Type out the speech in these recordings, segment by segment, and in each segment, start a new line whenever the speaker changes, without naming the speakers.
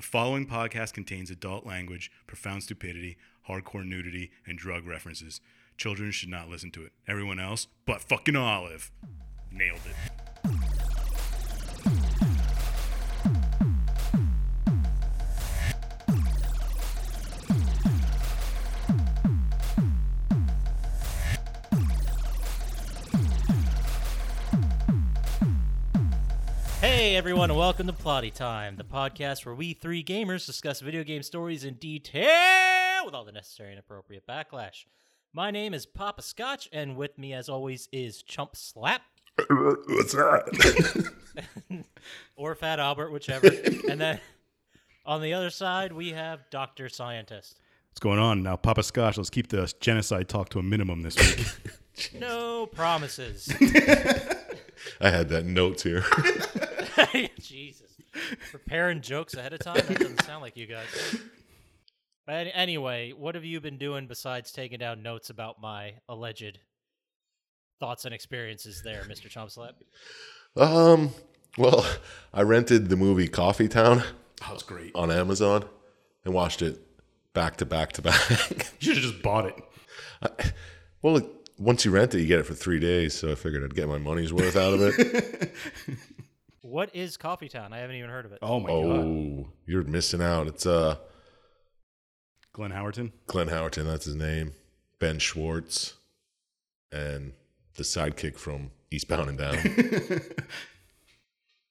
following podcast contains adult language, profound stupidity, hardcore nudity, and drug references. Children should not listen to it. Everyone else, but fucking Olive. Nailed it.
Hey everyone, and welcome to Plotty Time, the podcast where we three gamers discuss video game stories in detail with all the necessary and appropriate backlash. My name is Papa Scotch, and with me, as always, is Chump Slap
What's that?
or Fat Albert, whichever. and then on the other side, we have Doctor Scientist.
What's going on now, Papa Scotch? Let's keep the genocide talk to a minimum this week.
No promises.
I had that notes here.
Jesus. Preparing jokes ahead of time? That doesn't sound like you guys. But anyway, what have you been doing besides taking down notes about my alleged thoughts and experiences there, Mr. Chompslap?
um, well, I rented the movie Coffee Town
that was great.
on Amazon and watched it back to back to back.
You should have just bought it.
well, it- once you rent it, you get it for three days, so I figured I'd get my money's worth out of it.
What is Coffee Town? I haven't even heard of it.
Oh my god.
oh, you're missing out. It's uh
Glenn Howerton.
Glenn Howerton, that's his name. Ben Schwartz, and the sidekick from Eastbound and Down. yeah,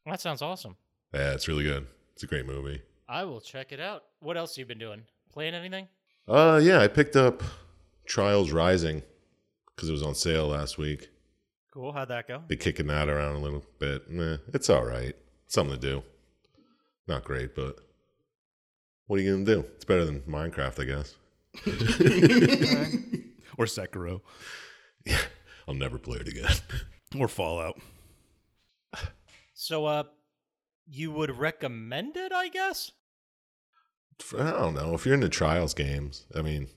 That sounds awesome.
it's really good. It's a great movie.
I will check it out. What else you been doing? Playing anything?
Uh, yeah, I picked up Trials Rising because it was on sale last week.
Cool. How'd that go?
Been kicking that around a little bit. Meh, it's all right. Something to do. Not great, but what are you gonna do? It's better than Minecraft, I guess.
Or Sekiro.
I'll never play it again.
Or Fallout.
So, uh, you would recommend it, I guess?
I don't know. If you're into Trials games, I mean,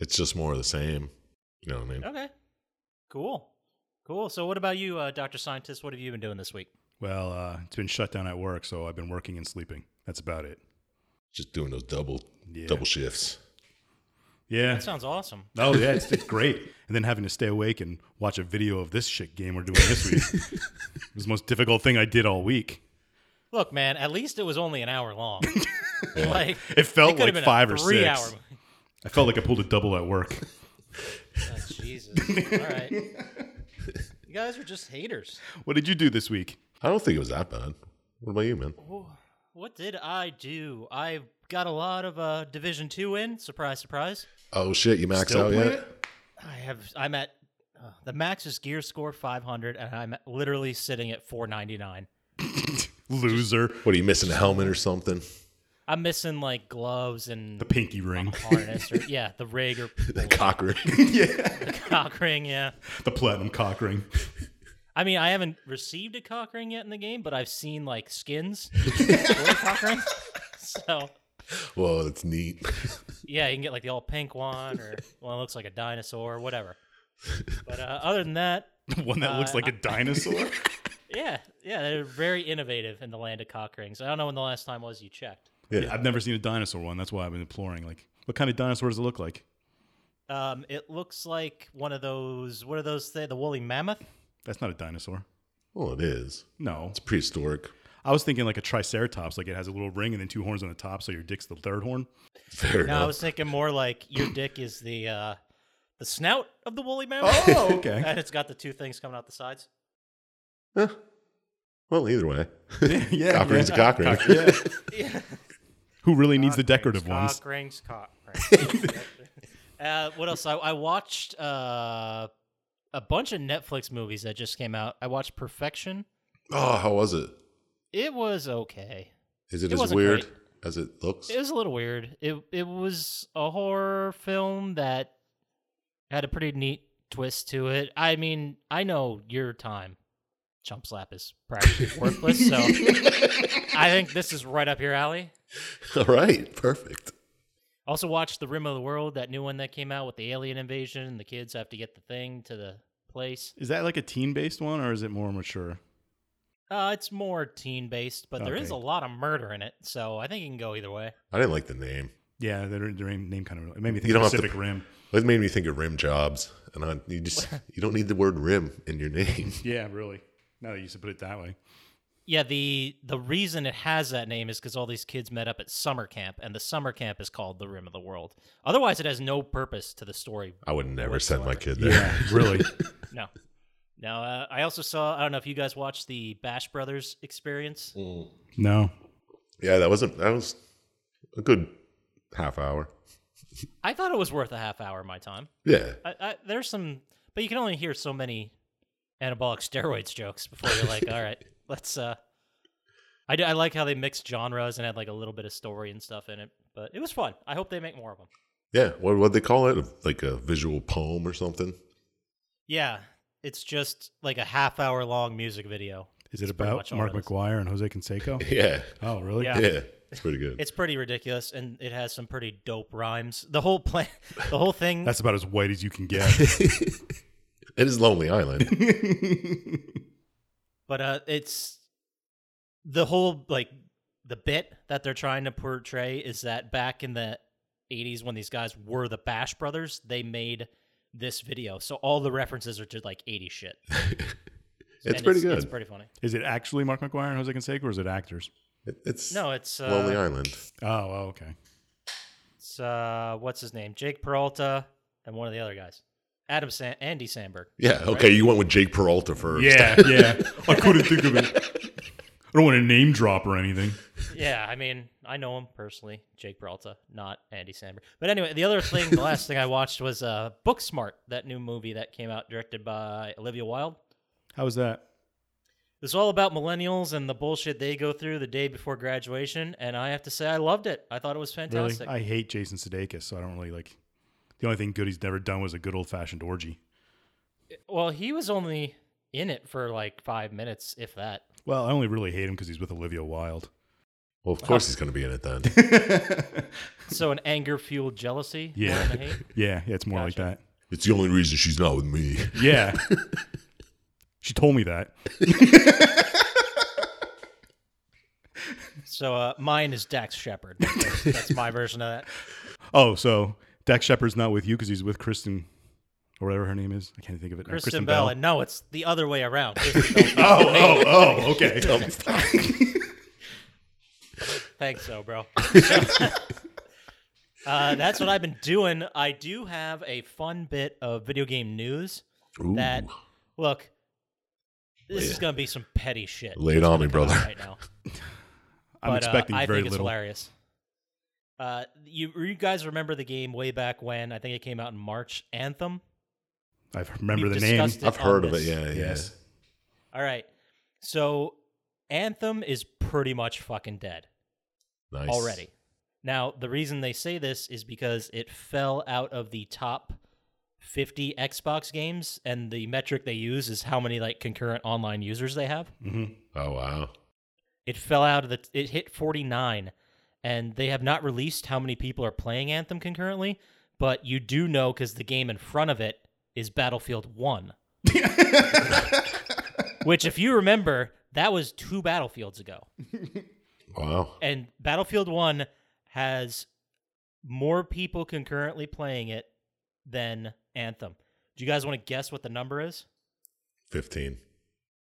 it's just more of the same. You know what I mean?
Okay. Cool. Cool. So, what about you, uh, Dr. Scientist? What have you been doing this week?
Well, uh, it's been shut down at work, so I've been working and sleeping. That's about it.
Just doing those double
Yeah.
double shifts.
Yeah.
That sounds awesome.
Oh yeah, it's, it's great. And then having to stay awake and watch a video of this shit game we're doing this week. it was the most difficult thing I did all week.
Look, man, at least it was only an hour long. like
It felt
could have
like
been a
five or
three
six.
hour movie.
I felt like I pulled a double at work.
Oh, Jesus. All right. You guys are just haters.
What did you do this week?
I don't think it was that bad. What about you, man?
What did I do? I got a lot of uh Division 2 in, surprise surprise.
Oh shit, you maxed
Still
out
playing
yet?
it?
I have I'm at uh, the max is gear score 500 and I'm literally sitting at 499.
Loser.
What are you missing a helmet or something?
I'm missing like gloves and
The pinky ring.
harness or yeah, the rig or
The cock ring.
cock ring, yeah.
The platinum cock ring.
I mean, I haven't received a cock ring yet in the game, but I've seen like skins for a cock ring. So
Whoa, that's neat.
yeah, you can get like the all pink one or one that looks like a dinosaur, whatever. But uh, other than that,
The one that looks
Uh,
like a dinosaur.
yeah, yeah, they're very innovative in the land of cock rings. I don't know when the last time was you checked.
Yeah, I've never seen a dinosaur one. That's why I've been imploring. Like, what kind of dinosaur does it look like?
Um, it looks like one of those. What are those? Th- the woolly mammoth.
That's not a dinosaur.
Well, it is.
No.
It's prehistoric.
I was thinking like a triceratops. Like it has a little ring and then two horns on the top, so your dick's the third horn.
Fair
No, I
enough.
was thinking more like your dick is the uh, the snout of the woolly mammoth,
Oh, okay.
and it's got the two things coming out the sides.
Eh. Well, either way,
yeah.
cock ring's a
yeah.
cock ring.
Cock- yeah.
Yeah.
Who really needs the
Cock rings,
decorative ones?
Cock rings, cock rings. uh, what else? I, I watched uh, a bunch of Netflix movies that just came out. I watched Perfection.
Oh, how was it?
It was okay.
Is it,
It
as
wasn't
weird
great.
as it looks?
It was a little weird. It it was a horror film that had a pretty neat twist to it. I mean, I know your time, Chump Slap, is practically worthless, so I think this is right up your alley.
All right, perfect.
Also watched The Rim of the World, that new one that came out with the alien invasion and the kids have to get the thing to the place.
Is that like a teen based one or is it more mature?
Uh, it's more teen based, but there is
Okay.
a lot of murder in it, so I think you can go either way.
I didn't like the name.
Yeah, their, their name, name kind of it made me think
You don't have to-
Pacific Rim.
It made me think of rim jobs, and I, you just you don't need the word rim in your name.
Yeah, really. Now that you used to put it that way.
Yeah, the the reason it has that name is because all these kids met up at summer camp, and the summer camp is called the Rim of the World. Otherwise, it has no purpose to the story.
I would never send my
whatsoever.
kid there.
really.
No. Now, uh, I also saw. I don't know if you guys watched the Bash Brothers experience.
Mm. No.
Yeah, that wasn't that was a good half hour.
I thought it was worth a half hour of my time.
Yeah,
I, I, there's some, but you can only hear so many anabolic steroids jokes before you're like, all right, let's. uh I, do- I like how they mixed genres and had like a little bit of story and stuff in it, but it was fun. I hope they make more of them.
yeah. What what they call it? Like a visual poem or something?
Yeah, it's just like a half hour long music video.
Is it
pretty
about
much all
Mark
it is.
McGuire and Jose Canseco?
Yeah,
Oh, really?
Yeah.
yeah. It's pretty good.
It's pretty ridiculous, and it has some pretty dope rhymes. The whole plan, the whole thing.
That's about as white as you can get.
It is Lonely Island.
but uh it's the whole like the bit that they're trying to portray is that back in the 80s when these guys were the bash brothers they made this video so all the references are just like 80 shit And
It's pretty
it's
good.
pretty funny
is it actually Mark McGuire and Jose Canseco, or is it actors?
It- It's
no it's uh,
Lonely Island.
Oh, oh, okay.
it's uh what's his name jake peralta and one of the other guys adam San- andy sandberg
Yeah. Okay, you went with Jake Peralta first.
Yeah, yeah. I couldn't think of it. I don't want to name drop or anything.
yeah, I mean, I know him personally, Jake Peralta, not Andy Samberg. But anyway, the other thing, the last thing I watched was uh, Booksmart, that new movie that came out, directed by Olivia Wilde.
How was that?
It's all about millennials and the bullshit they go through the day before graduation, and I have to say, I loved it. I thought it was
Really?
fantastic.
I hate Jason Sudeikis, so I don't really like. The only thing good he's never done was a good old fashioned orgy.
well, he was only in it for like five minutes, if that.
Well, I only really hate him because he's with Olivia Wilde.
Oh.
Well, of course he's going to be in it then.
So an anger fueled jealousy. more
Yeah.
than a hate.
Yeah, yeah, it's more like
it's the only reason she's not with me.
that. Yeah. she told me that.
So uh, mine is Dax Shepard. That's, that's my version of that.
Oh, so Dax Shepard's not with you because he's with Kristen, or whatever her name is. I can't think of it. now.
Kristen, Bell. and no, it's the other way around. Kristen Bell.
oh, oh, oh, okay.
uh, Thanks, so, bro. uh, that's what I've been doing. I do have a fun bit of video game news.
Ooh.
That look, this is gonna be some petty shit.
Lay it on me, brother.
right now.
I'm
but, uh,
expecting
I
very
think it's
little.
hilarious. Uh, you you guys remember the game way back when? I think it came out in March. Anthem.
I remember
We've
the name.
discussed it
I've
on
heard of it.
this.
Yeah, yeah.
Yes.
All right. So Anthem is pretty much fucking dead.
Nice.
already. Now, the reason they say this is because it fell out of the top 50 Xbox games, and the metric they use is how many like concurrent online users they have.
Mhm.
Oh, wow.
It fell out of the. It hit 49, and they have not released how many people are playing Anthem concurrently. But you do know because the game in front of it is Battlefield One,
Mm-hmm.
which, if you remember, that was two Battlefields ago.
Wow.
and Battlefield 1 has more people concurrently playing it than Anthem. Do you guys want to guess what the number is?
15.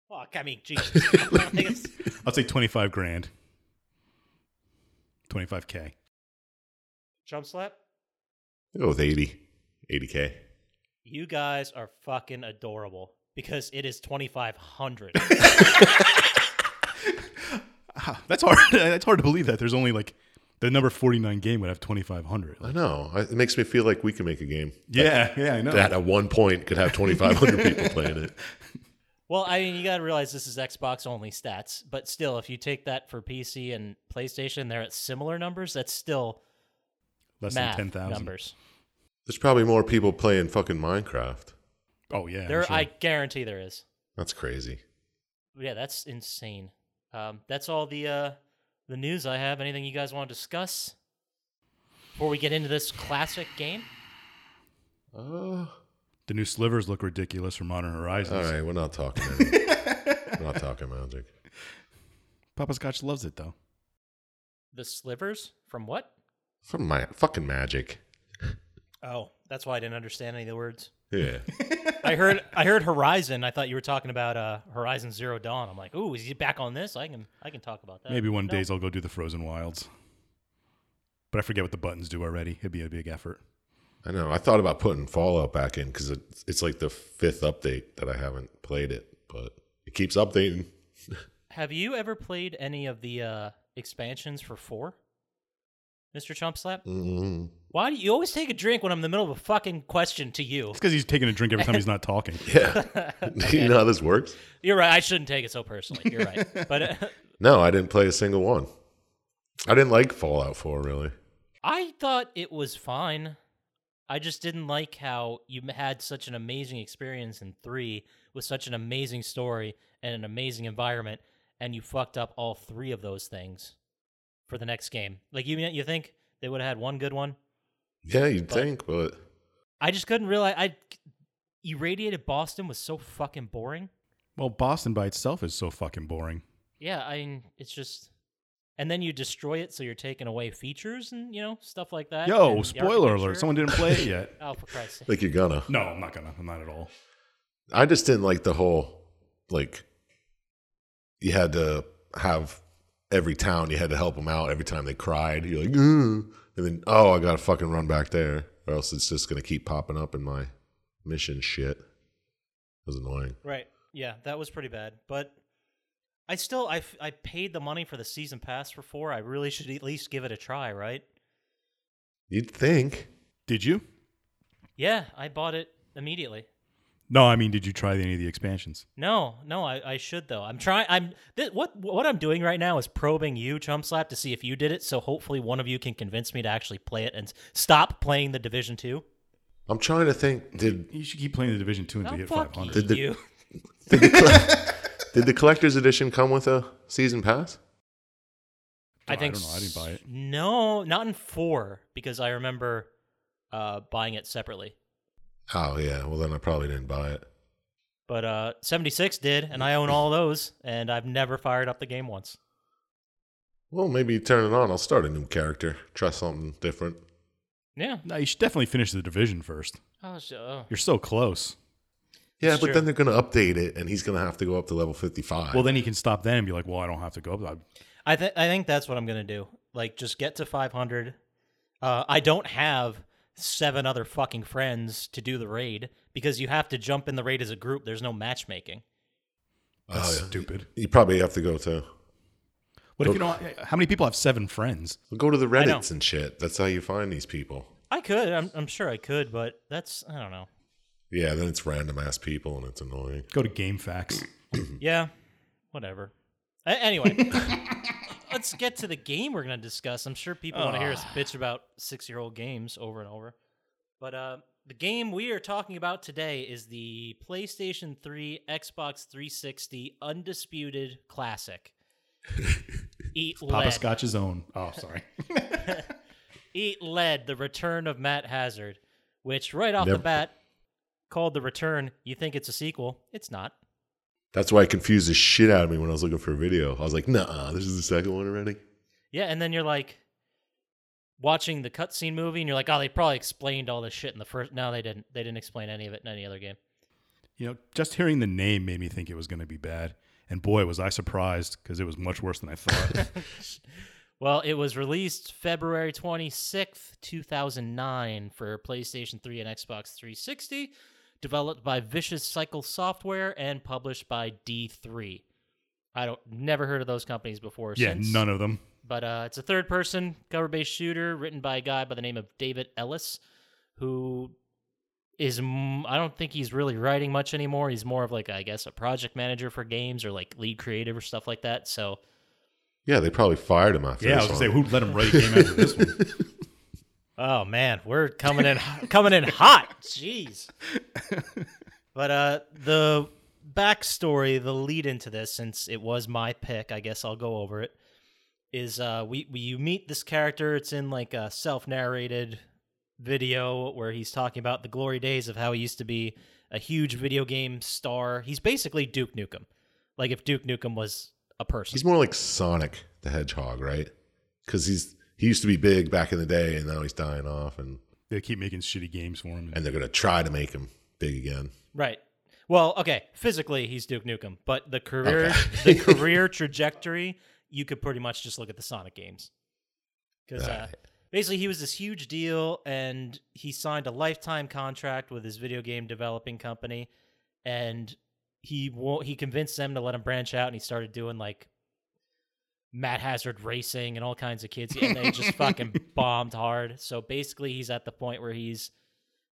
Fuck, I mean, Jesus. I don't think it's-
I'll say 25 grand. 25K.
Jump slap?
I'll Go with 80. 80K.
You guys are fucking adorable because it is 2,500.
Ah, That's hard. That's hard to believe that there's only like the number 49 game would have 2,500.
I know. I- It makes me feel like we can make a game
yeah, yeah, I know.
that at one point could have 2,500 people playing it.
well, I mean, you got to realize this is Xbox only stats, but still, if you take that for PC and PlayStation, they're at similar numbers. That's still
Less
math
than 10,000.
numbers.
There's probably more people playing fucking Minecraft.
Oh, yeah. I'm
there,
sure.
I guarantee there is.
That's crazy.
yeah, that's insane. Um, that's all the uh, the news I have. Anything you guys want to discuss before we get into this classic game?
Uh,
The new slivers look ridiculous for Modern Horizons.
all right. We're not talking magic. we're not talking magic.
Papa Scotch loves it though.
The slivers from what?
From my fucking magic.
Oh, that's why I didn't understand any of the words.
Yeah.
I heard I heard Horizon. I thought you were talking about uh, Horizon Zero Dawn. I'm like, ooh, is he back on this? I can I can talk about that.
Maybe one
Uh, No.
days I'll go do the Frozen Wilds. But I forget what the buttons do already. It'd be a big effort.
I know. I thought about putting Fallout back in because it's, it's like the fifth update that I haven't played it, but it keeps updating.
Have you ever played any of the uh, expansions for four, Mister Chumpslap?
Mm-mm.
Why do you always take a drink when I'm in the middle of a fucking question to you?
It's because he's taking a drink every time he's not talking.
Yeah. you know how this works?
You're right. I shouldn't take it so personally. You're right. But uh,
No, I didn't play a single one. I didn't like Fallout 4, really.
I thought it was fine. I just didn't like how you m- had such an amazing experience in three with such an amazing story and an amazing environment, and you fucked up all three of those things for the next game. Like you, you think they would have had one good one?
Yeah, you'd
But-
think, but
I just couldn't realize. I irradiated Boston was so fucking boring.
Well, Boston by itself is so fucking boring.
Yeah, I mean, it's just. And then you destroy it, so you're taking away features and you know stuff like that. and
Yo,
the
spoiler alert!
architecture.
Someone didn't play it yet.
Oh, for Christ's sake!
like you're gonna.
No, I'm not gonna. I'm not at all.
I just didn't like the whole like you had to have every town you had to help them out every time they cried. You're like, "Ugh." and then oh, I gotta fucking run back there, or else it's just gonna keep popping up in my mission shit. It was annoying.
Right. Yeah, that was pretty bad. But I still I, f- I paid the money for the season pass for four. I really should at least give it a try, right?
You'd think
Did you?
Yeah, I bought it immediately.
No, I mean, did you try any of the expansions?
No, no, I, I should though. I'm trying. I'm th- what what I'm doing right now is probing you, Chumpslap, to see if you did it. So hopefully one of you can convince me to actually play it and s- stop playing the Division Two.
I'm trying to think. Did
You should keep playing the Division Two until
Oh,
you hit
fuck
500.
Did the-
you.
did the collector's edition come with a season pass?
I think
don't know. I didn't buy
s-
it.
No, not in four because I remember uh, buying it separately.
Oh yeah, well then I probably didn't buy it.
But uh, 76 did, and I own all those, and I've never fired up the game once.
Well, maybe you turn it on. I'll start a new character. Try something different.
Yeah.
No, you should definitely finish the Division first.
Oh, so, oh.
You're so close.
Yeah,
It's
but
true.
then they're going to update it, and he's going to have to go up to level fifty-five.
Well, then he can stop then and be like, "Well, I don't have to go up." I-
I think I think that's what I'm gonna do. Like, just get to 500. Uh, I don't have seven other fucking friends to do the raid because you have to jump in the raid as a group. There's no matchmaking.
That's
yeah.
stupid.
you probably have to go to
What if you don't? How many people have seven friends?
go to the
know.
Reddit's and shit. That's how you find these people.
I could. I'm, I'm sure I could, but that's I don't know.
Yeah, then it's random ass people, and it's annoying.
Go to GameFAQs.
Yeah, whatever. A- anyway, let's get to the game we're going to discuss. I'm sure people want to hear us bitch about six year old games over and over. But uh, the game we are talking about today is the PlayStation 3 Xbox 360 Undisputed Classic. Eat
Papa
lead.
Scotch's own. Oh, sorry.
Eat Lead, The Return of Matt Hazard, which right off
Never-
the bat, called The Return, you think it's a sequel. It's not.
That's why it confused the shit out of me when I was looking for a video. I was like, Nah, this is the second one already.
Yeah, and then you're like watching the cutscene movie, and you're like, oh, they probably explained all this shit in the first. No, they didn't. They didn't explain any of it in any other game.
You know, just hearing the name made me think it was going to be bad, and boy, was I surprised because it was much worse than I thought.
Well, it was released February 26th, 2009 for PlayStation 3 and Xbox 360, developed by Vicious Cycle Software and published by D3. I don't never heard of those companies before.
yeah,
since.
none of them.
But uh, it's a third person cover based shooter written by a guy by the name of David Ellis, who is, m- I don't think he's really writing much anymore. He's more of like, I guess, a project manager for games or like lead creative or stuff like that. So
Yeah, they probably fired him after.
Yeah, I was going
this
to say,
one.
who let him write a game after this one?
Oh man, we're coming in coming in hot. Jeez. But uh the backstory, the lead into this, since it was my pick, I guess I'll go over it. Is uh we, we you meet this character, it's in like a self narrated video where he's talking about the glory days of how he used to be a huge video game star. He's basically Duke Nukem. Like if Duke Nukem was a person.
He's more like Sonic the Hedgehog, right? Because he's he used to be big back in the day, and now he's dying off, and
They keep making shitty games for him.
and they're gonna try to make him big again.
Right. Well, okay. Physically, he's Duke Nukem, but the career,
Okay.
the career trajectory, you could pretty much just look at the Sonic games, because uh,
Right.
basically he was this huge deal, and he signed a lifetime contract with his video game developing company, and he wo- he convinced them to let him branch out, and he started doing like Matt Hazard racing and all kinds of kids, and they just fucking bombed hard. So basically, he's at the point where he's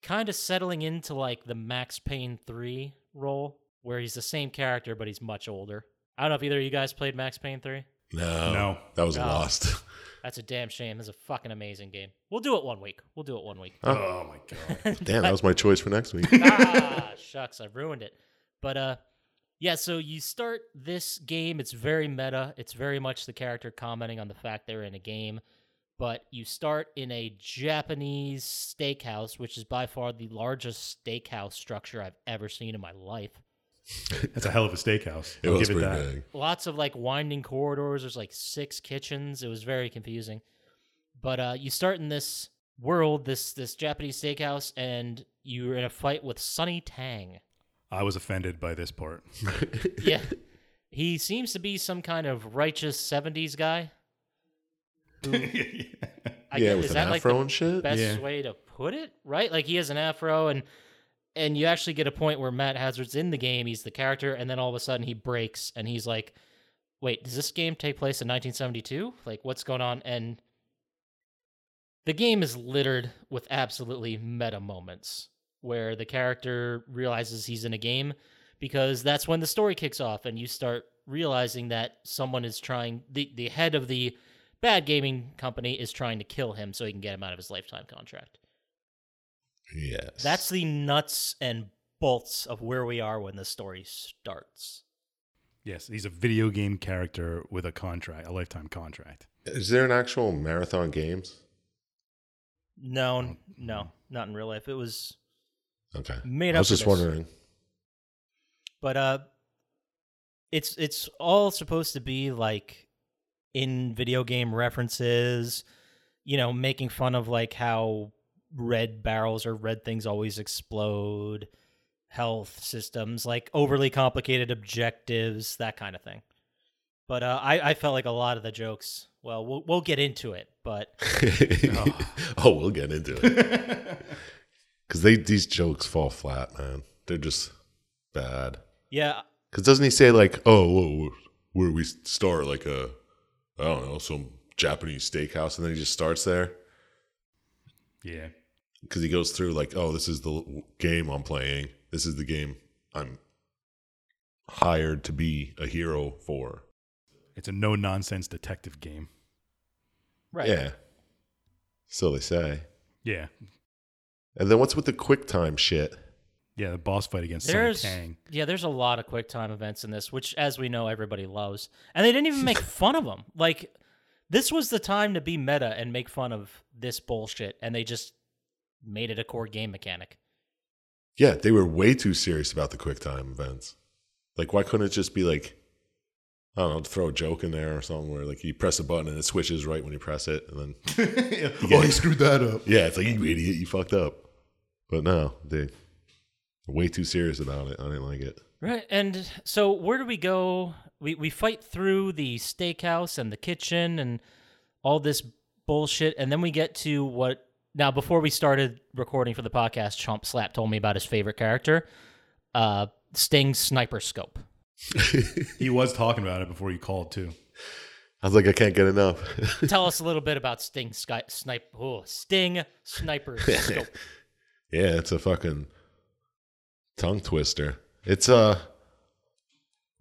kind of settling into like the Max Payne 3 role where he's the same character but he's much older. I don't know if either of you guys played Max Payne 3.
No,
No.
that was
No.
lost.
That's a damn shame. That's a fucking amazing game. We'll do it one week. We'll do it one week.
oh my god.
Damn, that was my choice for next week.
ah, shucks, I ruined it. But uh yeah, so you start this game, it's very meta. It's very much the character commenting on the fact they're in a game. But you start in a Japanese steakhouse, which is by far the largest steakhouse structure I've ever seen in my life.
That's a hell of a steakhouse.
It
I'll
was
give it
pretty
that.
big.
lots of like winding corridors. There's like six kitchens. It was very confusing. But uh, you start in this world, this this Japanese steakhouse, and you're in a fight with Sonny Tang.
I was offended by this part.
Yeah, he seems to be some kind of righteous '70s guy. I
yeah,
guess-
with
is
an
that like
afro
the
and shit.
best
Yeah.
way to put it, right? Like he has an afro and. And you actually get a point where Matt Hazard's in the game, he's the character, and then all of a sudden he breaks and he's like, wait, does this game take place in 1972? Like, what's going on? And the game is littered with absolutely meta moments where the character realizes he's in a game because that's when the story kicks off and you start realizing that someone is trying, the, the head of the bad gaming company is trying to kill him so he can get him out of his lifetime contract.
Yes,
That's the nuts and bolts of where we are when the story starts.
yes, he's a video game character with a contract, a lifetime contract.
Is there an actual marathon games?
No,
don't
n- no, not in real life. It was,
Okay,
Made
Mm-hmm. I
up
was
for
just
this.
wondering.
but uh, it's it's all supposed to be like in video game references, you know, making fun of like how red barrels or red things always explode, health systems, like overly complicated objectives, that kind of thing. But uh, I I felt like a lot of the jokes. Well, we'll we'll get into it, but
oh. we'll get into it. Because they these jokes fall flat, man. They're just bad.
yeah,
Because doesn't he say like, "Oh, whoa, where we start like a, I don't know, some Japanese steakhouse," and then he just starts there
Yeah.
because he goes through like, "Oh, this is the l- game I'm playing. This is the game I'm hired to be a hero for."
It's a no nonsense detective game.
right.
Yeah. So they say.
Yeah.
And then what's with the quick time shit?
Yeah, the boss fight against Sonny
There's
Tang.
yeah, there's a lot of quick time events in this, which as we know everybody loves, and they didn't even make fun of them. Like this was the time to be meta and make fun of this bullshit, and they just made it a core game mechanic.
Yeah, they were way too serious about the quick time events. Like, why couldn't it just be like, I don't know, throw a joke in there or something where like you press a button and it switches right when you press it, and then
oh, he screwed that up.
yeah, it's like you idiot, you fucked up. But no, they are way too serious about it. I didn't like it.
Right, and so where do we go? We we fight through the steakhouse and the kitchen and all this bullshit, and then we get to what. Now, before we started recording for the podcast, Chomp Slap told me about his favorite character, uh, Sting's sniper scope.
He was talking about it before you called too.
I was like, I can't get enough.
Tell us a little bit about Sting sky, Snipe. Oh, Sting Sniper Scope.
yeah, it's a fucking tongue twister. It's a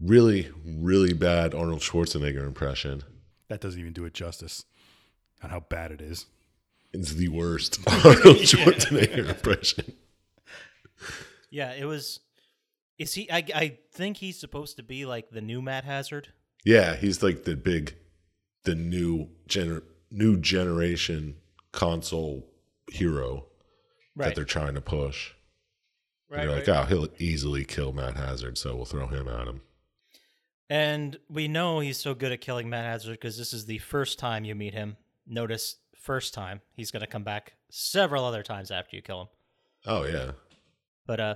really, really bad Arnold Schwarzenegger impression.
That doesn't even do it justice on how bad it is.
It's the worst Arnold Schwarzenegger impression.
yeah, it was. Is he? I, I think he's supposed to be like the new Matt Hazard.
Yeah, he's like the big, the new gener- new generation console hero that they're trying to push.
right,
they're
right.
like, oh, he'll easily kill Matt Hazard, so we'll throw him at him.
And we know he's so good at killing Matt Hazard because this is the first time you meet him. Notice, first time. He's going to come back several other times after you kill him.
Oh yeah.
But uh,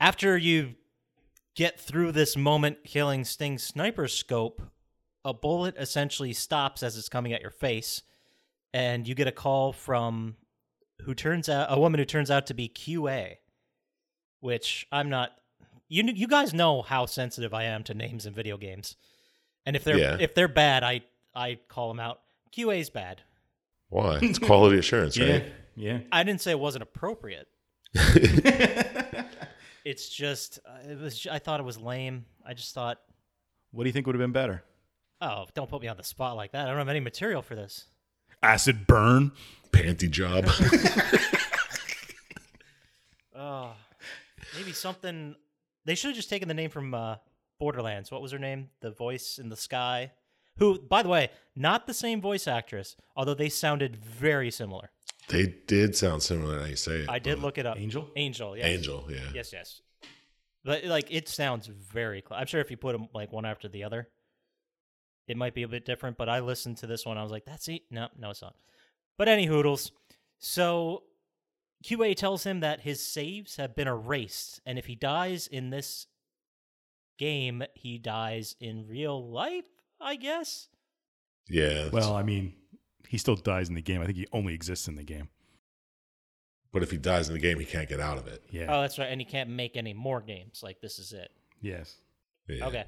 after you get through this moment killing Sting's sniper scope, a bullet essentially stops as it's coming at your face, and you get a call from who turns out a woman who turns out to be QA, which I'm not. You kn- you guys know how sensitive I am to names in video games, and if they're
Yeah.
if they're bad, I I call them out. QA's bad.
Why? It's quality assurance, right?
Yeah.
I didn't say it wasn't appropriate. It's just uh, it was. I thought it was lame. I just thought
What do you think would have been better?
Oh, don't put me on the spot like that. I don't have any material for this.
Acid burn.
Panty job.
Oh, maybe something. They should have just taken the name from uh, Borderlands. What was her name? The voice in the sky. Who, by the way, not the same voice actress, although they sounded very similar.
they did sound similar now you say it.
I did
but-
look it up.
Uh, Angel?
Angel, yes.
Angel, yeah.
Yes, yes. But like, it sounds very. Cl- I'm sure if you put them like one after the other, it might be a bit different. But I listened to this one. I was like, that's it. No, no, it's not. But any hoodles. So QA tells him that his saves have been erased, and if he dies in this game, he dies in real life. I guess.
Yeah. that's-
Well, I mean, he still dies in the game. I think he only exists in the game.
but if he dies in the game, he can't get out of it.
Yeah.
Oh, that's right. And he can't make any more games. Like this is it.
yes.
Yeah.
Okay.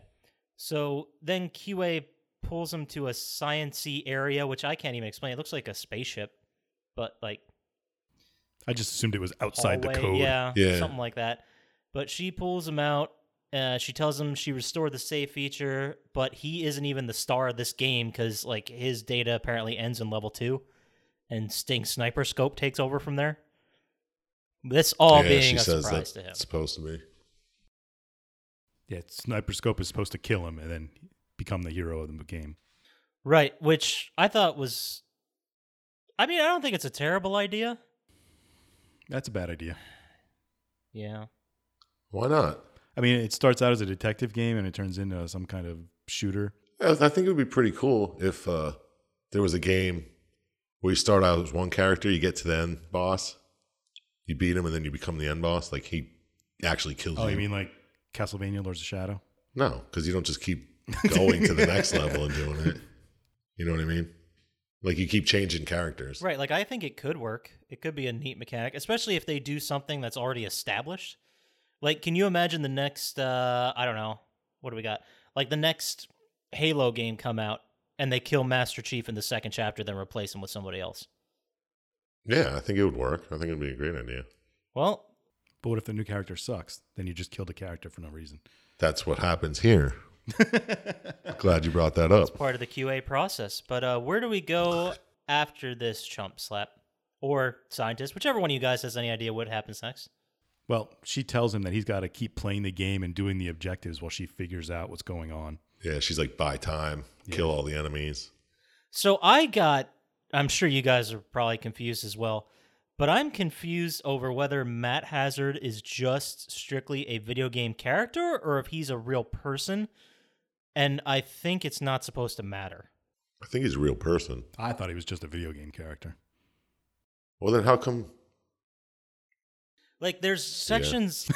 So then QA pulls him to a sciency area, which I can't even explain. It looks like a spaceship, but like
I just assumed it was outside the
hallway-
code.
yeah,
Yeah.
something like that. But she pulls him out. Uh, she tells him she restored the save feature, but he isn't even the star of this game because like his data apparently ends in level two, and Sting Sniper Scope takes over from there. This all
yeah,
being a
says
surprise
that's
to him.
supposed to be.
Yeah. Sniper scope is supposed to kill him and then become the hero of the game.
Right, which I thought was I mean, I don't think it's a terrible idea.
That's a bad idea.
Yeah.
Why not?
I mean, it starts out as a detective game and it turns into some kind of shooter.
I I think it would be pretty cool if uh, there was a game where you start out as one character, you get to the end boss, you beat him, and then you become the end boss. Like he actually kills
Oh, you mean like Castlevania Lords of Shadow?
No, because you don't just keep going to the next level and doing it. You know what I mean? Like you keep changing characters.
Right, like I think it could work. It could be a neat mechanic, especially if they do something that's already established. Like can you imagine the next uh I don't know, what do we got? Like the next Halo game come out and they kill Master Chief in the second chapter then replace him with somebody else.
Yeah, I think it would work. I think it'd be a great idea.
Well,
But what if the new character sucks? Then you just killed a character for no reason.
That's what happens here. Glad you brought that up.
part of the QA process. But uh, where do we go after this chump slap? Or scientist, whichever one of you guys has any idea what happens next.
Well, she tells him that he's got to keep playing the game and doing the objectives while she figures out what's going on.
Yeah, she's like, buy time, kill all the enemies.
So I got, I'm sure you guys are probably confused as well, but I'm confused over whether Matt Hazard is just strictly a video game character or if he's a real person. And I think it's not supposed to matter.
I think he's a real person.
I thought he was just a video game character.
Well, then how come?
Like there's sections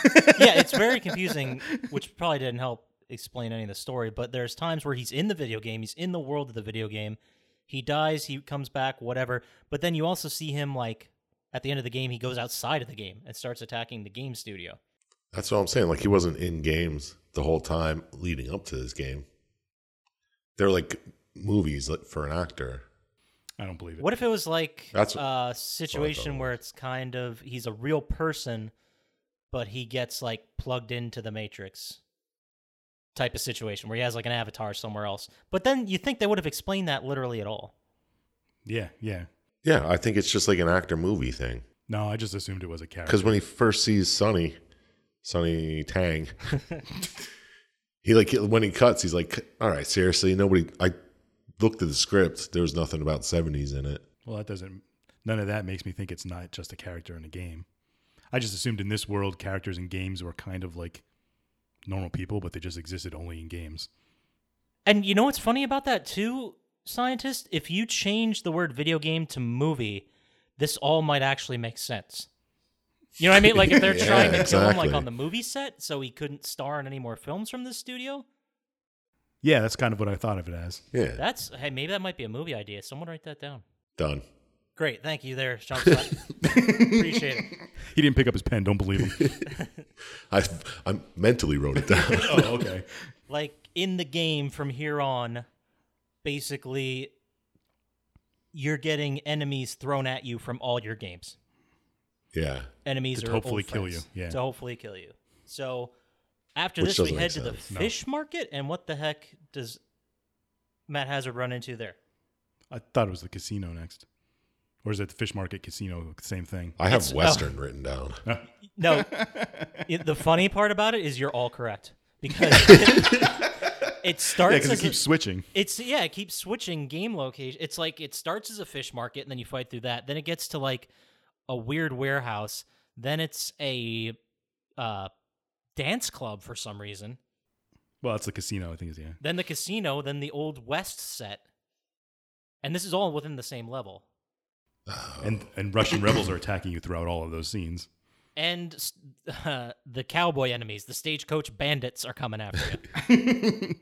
yeah, it's very confusing, which probably didn't help explain any of the story. But there's times where he's in the video game, he's in the world of the video game. He dies, he comes back, whatever. But then you also see him like at the end of the game, he goes outside of the game and starts attacking the game studio.
That's what I'm saying. Like he wasn't in games the whole time leading up to this game. They're like movies like, for an actor.
I don't believe it.
What if it was like
That's-
a situation
it
where it's kind of he's a real person, but he gets like plugged into the Matrix type of situation where he has like an avatar somewhere else. But then you think they would have explained that literally at all.
Yeah, yeah.
Yeah, I think it's just like an actor movie thing.
No, I just assumed it was a character.
Because when he first sees Sonny, Sonny Tang, he like when he cuts, he's like, "All right, seriously, nobody." I looked at the script. There was nothing about seventies in it.
Well, that doesn't. None of that makes me think it's not just a character in a game. I just assumed in this world, characters in games were kind of like normal people, but they just existed only in games.
And you know what's funny about that too, scientist? If you change the word video game to movie, this all might actually make sense. You know what I mean? Like if they're
Yeah,
trying to kill him
exactly.
like on the movie set, so he couldn't star in any more films from this studio.
Yeah, that's kind of what I thought of it as.
Yeah,
That's hey, maybe that might be a movie idea. Someone write that down.
done.
Great, thank you there, Sean. Scott. Appreciate it.
He didn't pick up his pen. Don't believe him.
I I mentally wrote it down.
oh, okay.
Like in the game from here on, basically, you're getting enemies thrown at you from all your games.
yeah,
enemies
To
are
hopefully
old
kill
friends,
you, yeah.
to hopefully kill you. So after
Which
this, we
doesn't
head
make
to the
sense.
No.
fish market, and what the heck does Matt Hazard run into there?
I thought it was the casino next, or is it the fish market casino? Same thing.
I have
It's-
Western written down.
No, it- the funny part about it is you're all correct because it,
Yeah,
starts
because it
as a-
keeps switching.
it's yeah, it keeps switching game location. It's like it starts as a fish market, and then you fight through that. Then it gets to like a weird warehouse. Then it's a uh, dance club for some reason.
Well, that's the casino. I think is yeah.
then the casino, then the old west set. And this is all within the same level.
Uh,
And and Russian rebels are attacking you throughout all of those scenes.
And s- uh, the cowboy enemies, the stagecoach bandits, are coming after you.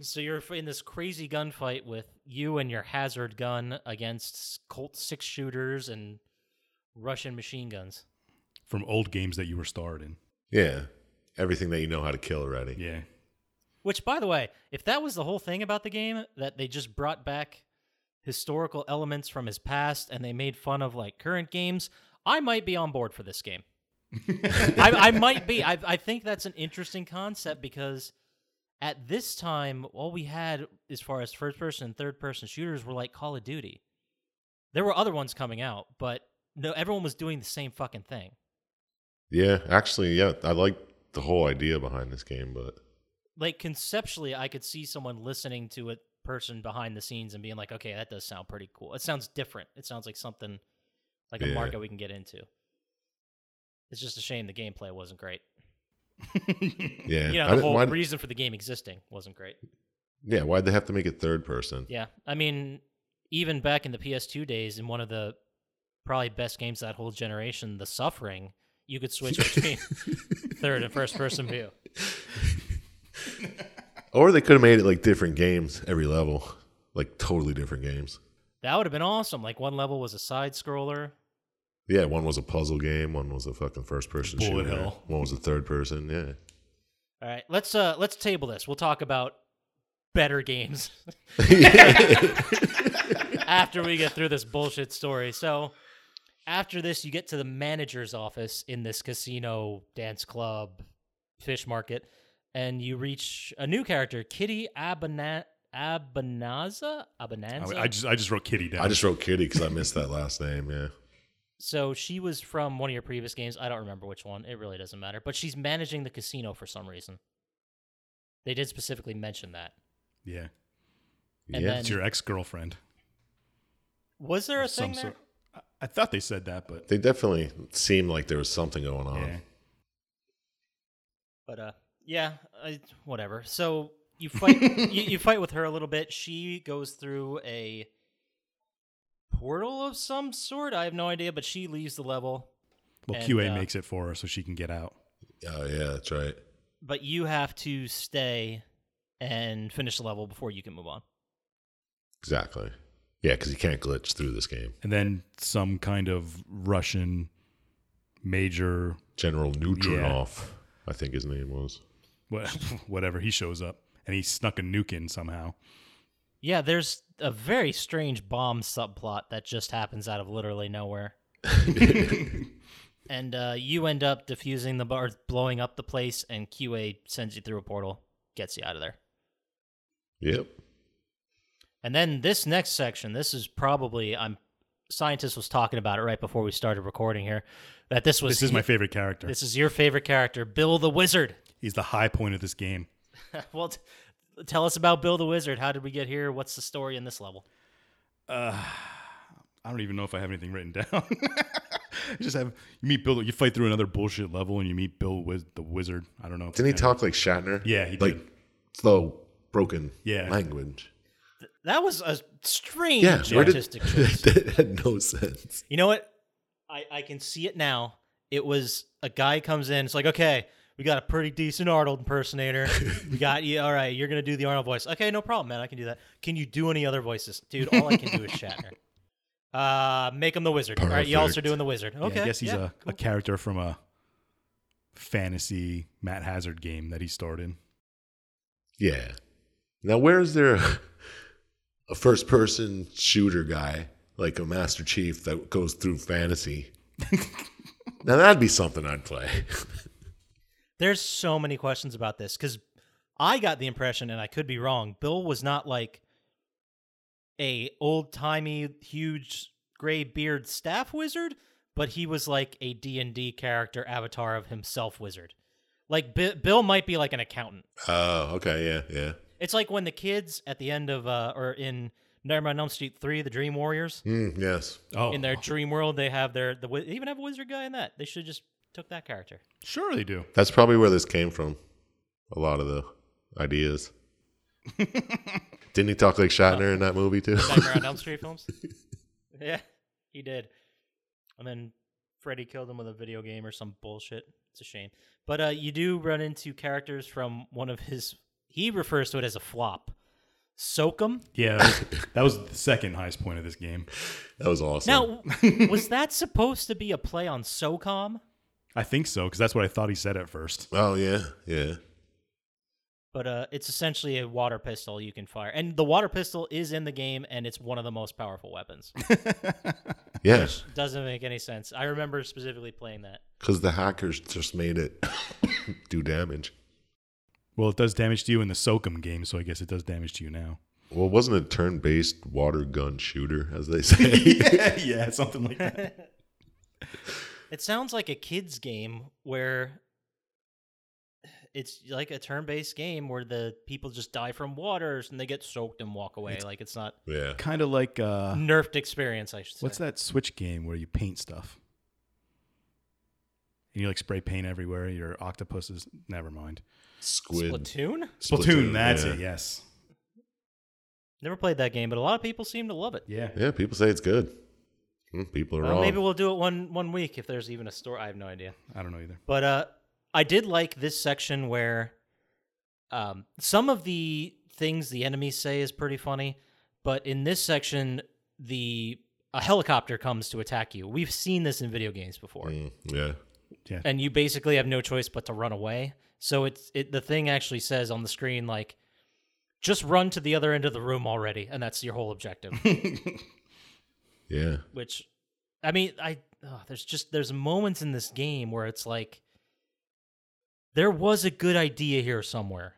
so you're in this crazy gunfight with you and your hazard gun against Colt six shooters and Russian machine guns.
From old games that you were starred in.
Yeah, everything that you know how to kill already.
Yeah.
Which, by the way, if that was the whole thing about the game, that they just brought back historical elements from his past and they made fun of like current games, I might be on board for this game. I, I might be. I, I think that's an interesting concept because at this time, all we had as far as first person and third person shooters were like Call of Duty. There were other ones coming out, but no, everyone was doing the same fucking thing.
Yeah, actually, yeah, I like the whole idea behind this game, but
like conceptually i could see someone listening to a person behind the scenes and being like okay that does sound pretty cool it sounds different it sounds like something like a
Yeah.
market we can get into it's just a shame the gameplay wasn't great
yeah,
you know
I
the
didn't-
whole
why,
reason for the game existing wasn't great
yeah, why'd they have to make it third person?
yeah i mean even back in the ps2 days in one of the probably best games of that whole generation the suffering you could switch between third and first person view
Or they could have made it like different games every level, like totally different games.
that would have been awesome like one level was a side scroller
Yeah, one was a puzzle game, one was a fucking first person
Bullet
shooter,
hell.
one was a third person. Yeah,
All right, let's uh let's table this. We'll talk about better games after we get through this bullshit story. So, after this you get to the manager's office in this casino, dance club, fish market and you reach a new character, Kitty Abana- Abanaza, Abananza.
I, I just I just wrote Kitty down.
I just wrote Kitty because I missed that last name. Yeah,
so she was from one of your previous games. I don't remember which one. It really doesn't matter, but she's managing the casino for some reason. They did specifically mention that.
yeah.
And
yeah,
then-
It's your ex girlfriend.
Was there a
Some
thing there?
sort. I, I thought they said that, but
they definitely seemed like there was something going on.
yeah.
But uh, yeah, I, whatever. So you fight, you, you fight with her a little bit. She goes through a portal of some sort. I have no idea, but she leaves the level.
Well,
And,
QA
uh,
makes it for her so she can get out.
Oh yeah, that's right.
But you have to stay and finish the level before you can move on.
Exactly. Yeah, because you can't glitch through this game.
And then some kind of Russian major,
General Neutronov,
Yeah.
I think his name was.
wha- whatever, he shows up and he snuck a nuke in somehow.
Yeah, there's a very strange bomb subplot that just happens out of literally nowhere. and uh, you end up defusing the bar, blowing up the place, and QA sends you through a portal, gets you out of there.
Yep.
And then this next section, this is probably I'm scientist was talking about it right before we started recording here. That this was
This is my favorite character.
This is your favorite character, Bill the Wizard.
He's the high point of this game.
well, t- tell us about Bill the Wizard. How did we get here? What's the story in this level?
I don't even know if I have anything written down. I just have you meet Bill. You fight through another bullshit level, and you meet Bill with the wizard. I don't know.
Didn't he talk like Shatner?
Yeah, he
like
did.
the broken
Yeah.
language.
That was a strange
Yeah, where did-
artistic choice.
that had no sense.
You know what? I, I can see it now. It was a guy comes in. It's like, okay, we got a pretty decent Arnold impersonator. we got you. All right, you're gonna do the Arnold voice. Okay, no problem, man. I can do that. Can you do any other voices, dude? All I can do is Shatner. Uh, make him the wizard. All right, you also
Perfect.
doing the wizard. Okay,
Yeah, I guess he's
yeah,
a,
cool.
a character from a fantasy Matt Hazard game that he starred in.
Yeah. Now, where is there a, a first person shooter guy, like a Master Chief, that goes through fantasy? now, that'd be something I'd play.
There's so many questions about this because I got the impression, and I could be wrong. Bill was not like a old timey, huge gray beard staff wizard, but he was like a D and D character avatar of himself wizard. Like Bi- Bill might be like an accountant.
Oh, okay. Yeah. Yeah.
It's like when the kids at the end of uh, or in Nightmare on Elm Street three, the Dream Warriors
Mm, yes.
Oh,
in their dream world, they have their the wi- they even have a wizard guy in that. They should just took that character.
sure they do.
That's probably where this came from. A lot of the ideas. Didn't he talk like Shatner in that movie, too?
Nightmare on Elm Street films. Yeah, he did. And then Freddy killed him with a video game or some bullshit. It's a shame. But uh, you do run into characters from one of his. He refers to it as a flop. Soakum.
Yeah, that was, that was the second highest point of this game.
that was awesome.
Now, was that supposed to be a play on SOCOM?
I think so because that's what I thought he said at first.
Oh, yeah. Yeah.
But uh, it's essentially a water pistol you can fire, and the water pistol is in the game, and it's one of the most powerful weapons.
Yeah.
Doesn't make any sense. I remember specifically playing that.
Because the hackers just made it do damage.
Well, it does damage to you in the Sokum game, so I guess it does damage to you now.
Well, wasn't it turn based water gun shooter, as they say?
yeah, yeah, something like that.
It sounds like a kids game where it's like a turn-based game where the people just die from waters and they get soaked and walk away. like it's not
yeah.
kind of like uh,
nerfed experience, I should say.
what's that Switch game where you paint stuff and you like spray paint everywhere. Your octopuses. Never mind.
Squid.
Splatoon?
Splatoon. that's
yeah.
it. Yes.
Never played that game, but a lot of people seem to love it.
Yeah.
Yeah, people say it's good. Hmm, People are
Well,
wrong.
maybe we'll do it one one week if there's even a store. I have no idea.
I don't know either.
But uh, I did like this section where um, some of the things the enemies say is pretty funny, but in this section, the a helicopter comes to attack you. We've seen this in video games before,
Mm, yeah.
and you basically have no choice but to run away. So it's it the thing actually says on the screen like, just run to the other end of the room already, and that's your whole objective.
Yeah.
which I mean, I ugh, there's just there's moments in this game where it's like there was a good idea here somewhere.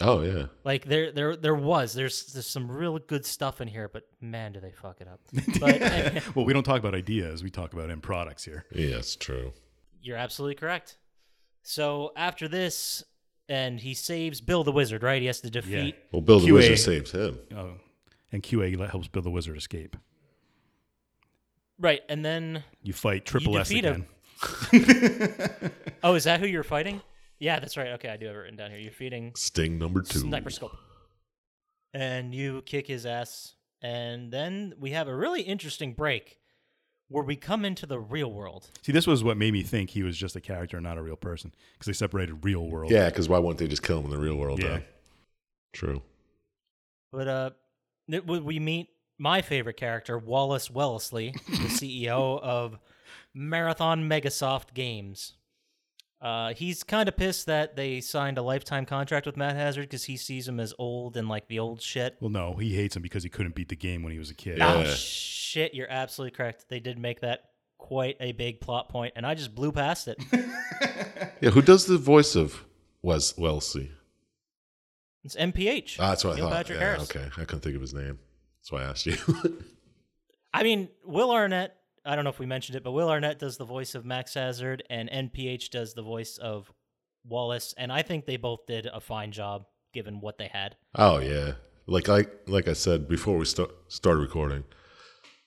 Oh, yeah.
Like there there there was there's there's some real good stuff in here, but man, do they fuck it up. But
well, we don't talk about ideas. We talk about end products here.
Yeah, it's true.
you're absolutely correct. So after this, and he saves Bill the Wizard, right? He has to defeat.
Well, Bill the
QA.
Wizard saves him.
Oh, and QA le- helps Bill the Wizard escape.
Right, and then
You fight Triple S
defeat
again.
him. oh, is that who you're fighting? Yeah, that's right. Okay, I do have it written down here. You're feeding
Sting number two.
Sniper scope. And you kick his ass. And then we have a really interesting break where we come into the real world.
See, this was what made me think he was just a character, and not a real person, because they separated real world.
Yeah, because why wouldn't they just kill him in the real world?
Yeah.
though? True.
But uh, th- we- we meet my favorite character, Wallace Wellesley, the CEO of Marathon Megasoft Games. Uh, he's kind of pissed that they signed a lifetime contract with Matt Hazard because he sees him as old and like the old shit.
Well, no, he hates him because he couldn't beat the game when he was a kid.
Yeah.
Oh shit, you're absolutely correct. They did make that quite a big plot point, and I just blew past it.
Yeah, who does the voice of Wes Wellesley?
It's MPH.
Ah, that's what I
Neil
thought.
Patrick
yeah,
Harris.
Okay, I couldn't think of his name. That's why I asked you.
I mean, Will Arnett. I don't know if we mentioned it, but Will Arnett does the voice of Max Hazard, and NPH does the voice of Wallace, and I think they both did a fine job given what they had.
oh yeah, like I like I said before we start started recording.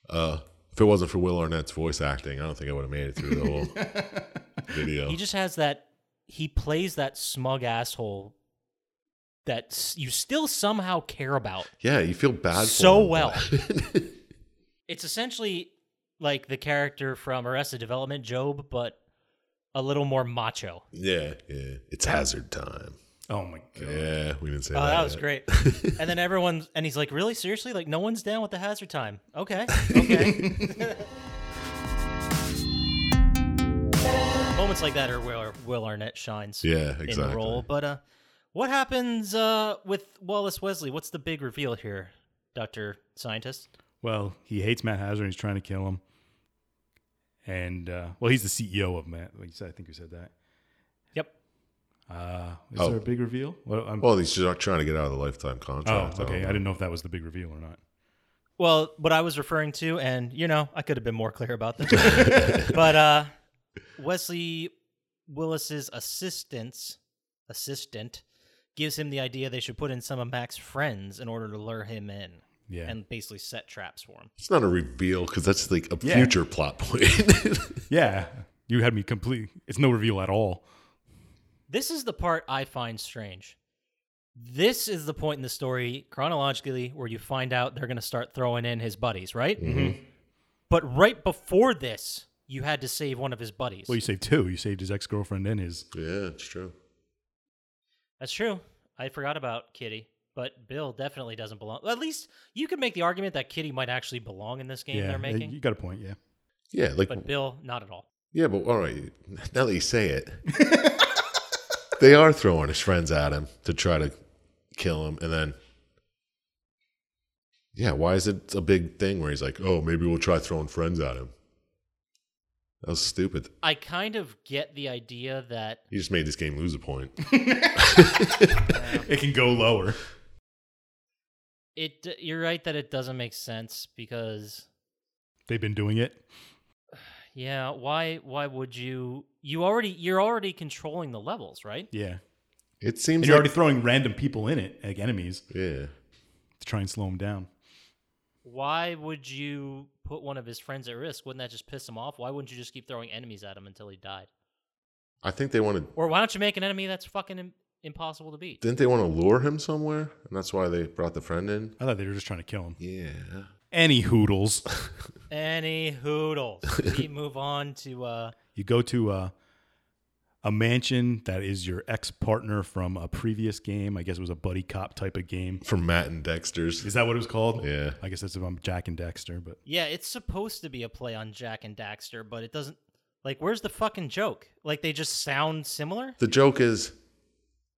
Uh, if it wasn't for Will Arnett's voice acting, I don't think I would have made it through the whole video.
He just has that. He plays that smug asshole that s- you still somehow care about.
Yeah, you feel bad.
So
for him,
well.
but-
It's essentially like the character from Arrested Development, Job, but a little more macho.
yeah, yeah. It's hazard time.
Oh my god.
Yeah, we didn't say
Oh,
that.
that was
yet.
great. and then everyone, and he's like, really? Seriously? Like, no one's down with the hazard time. Okay. Okay. Moments like that are where Will Arnett shines
Yeah,
in the
exactly.
role. But uh, what happens uh, with Wallace Wesley? What's the big reveal here, Dr. Scientist?
Well, he hates Matt Hazard. and He's trying to kill him. And uh, well, he's the CEO of Matt. like you said- I think you said that.
Yep.
Uh, is
Oh.
there a big reveal? Well, I'm,
Well, he's just trying to get out of the lifetime
oh,
contract.
okay. I
don't
didn't know if that was the big reveal or not.
Well, what I was referring to, and you know, I could have been more clear about this, but uh, Wesley Willis's assistants assistant gives him the idea they should put in some of Mac's friends in order to lure him in
Yeah.
and basically set traps for him.
It's not a reveal because that's like a
Yeah.
future plot point.
yeah. You had me complete. It's no reveal at all.
This is the part I find strange. This is the point in the story chronologically where you find out they're going to start throwing in his buddies, right? Mm-hmm. But right before this, you had to save one of his buddies.
Well, you saved two. You saved his ex girlfriend and his.
yeah, it's true.
That's true. I forgot about Kitty, but Bill definitely doesn't belong. At least you could make the argument that Kitty might actually belong in this game
yeah.
they're
uh,
making,
You got a point. Yeah.
Yeah, like
but Bill not at all.
yeah, but all right. Now that you say it, they are throwing his friends at him to try to kill him, and then yeah, why is it a big thing where he's like, oh, maybe we'll try throwing friends at him? That was stupid.
I kind of get the idea that
You just made this game lose a point.
It can go lower.
it. You're right that it doesn't make sense because
They've been doing it.
yeah, why why would you? You already you're already controlling the levels, right?
Yeah.
It
And
seems
you're
like
already throwing random people in it, like enemies,
yeah,
to try and slow him down.
Why would you put one of his friends at risk? Wouldn't that just piss him off? Why wouldn't you just keep throwing enemies at him until he died?
I think they wanted.
Or why don't you make an enemy that's fucking im- impossible to beat?
Didn't they want to lure him somewhere, and that's why they brought the friend in?
I thought they were just trying to kill him.
Yeah.
Any hoodles.
Any hoodles. we move on to uh
You go to a, a mansion that is your ex partner from a previous game. I guess it was a buddy cop type of game.
From Matt and Dexter's.
Is that what it was called?
Yeah.
I guess that's if I'm Jack and Dexter, but
yeah, it's supposed to be a play on Jack and Daxter, but it doesn't like where's the fucking joke? Like they just sound similar?
The joke is,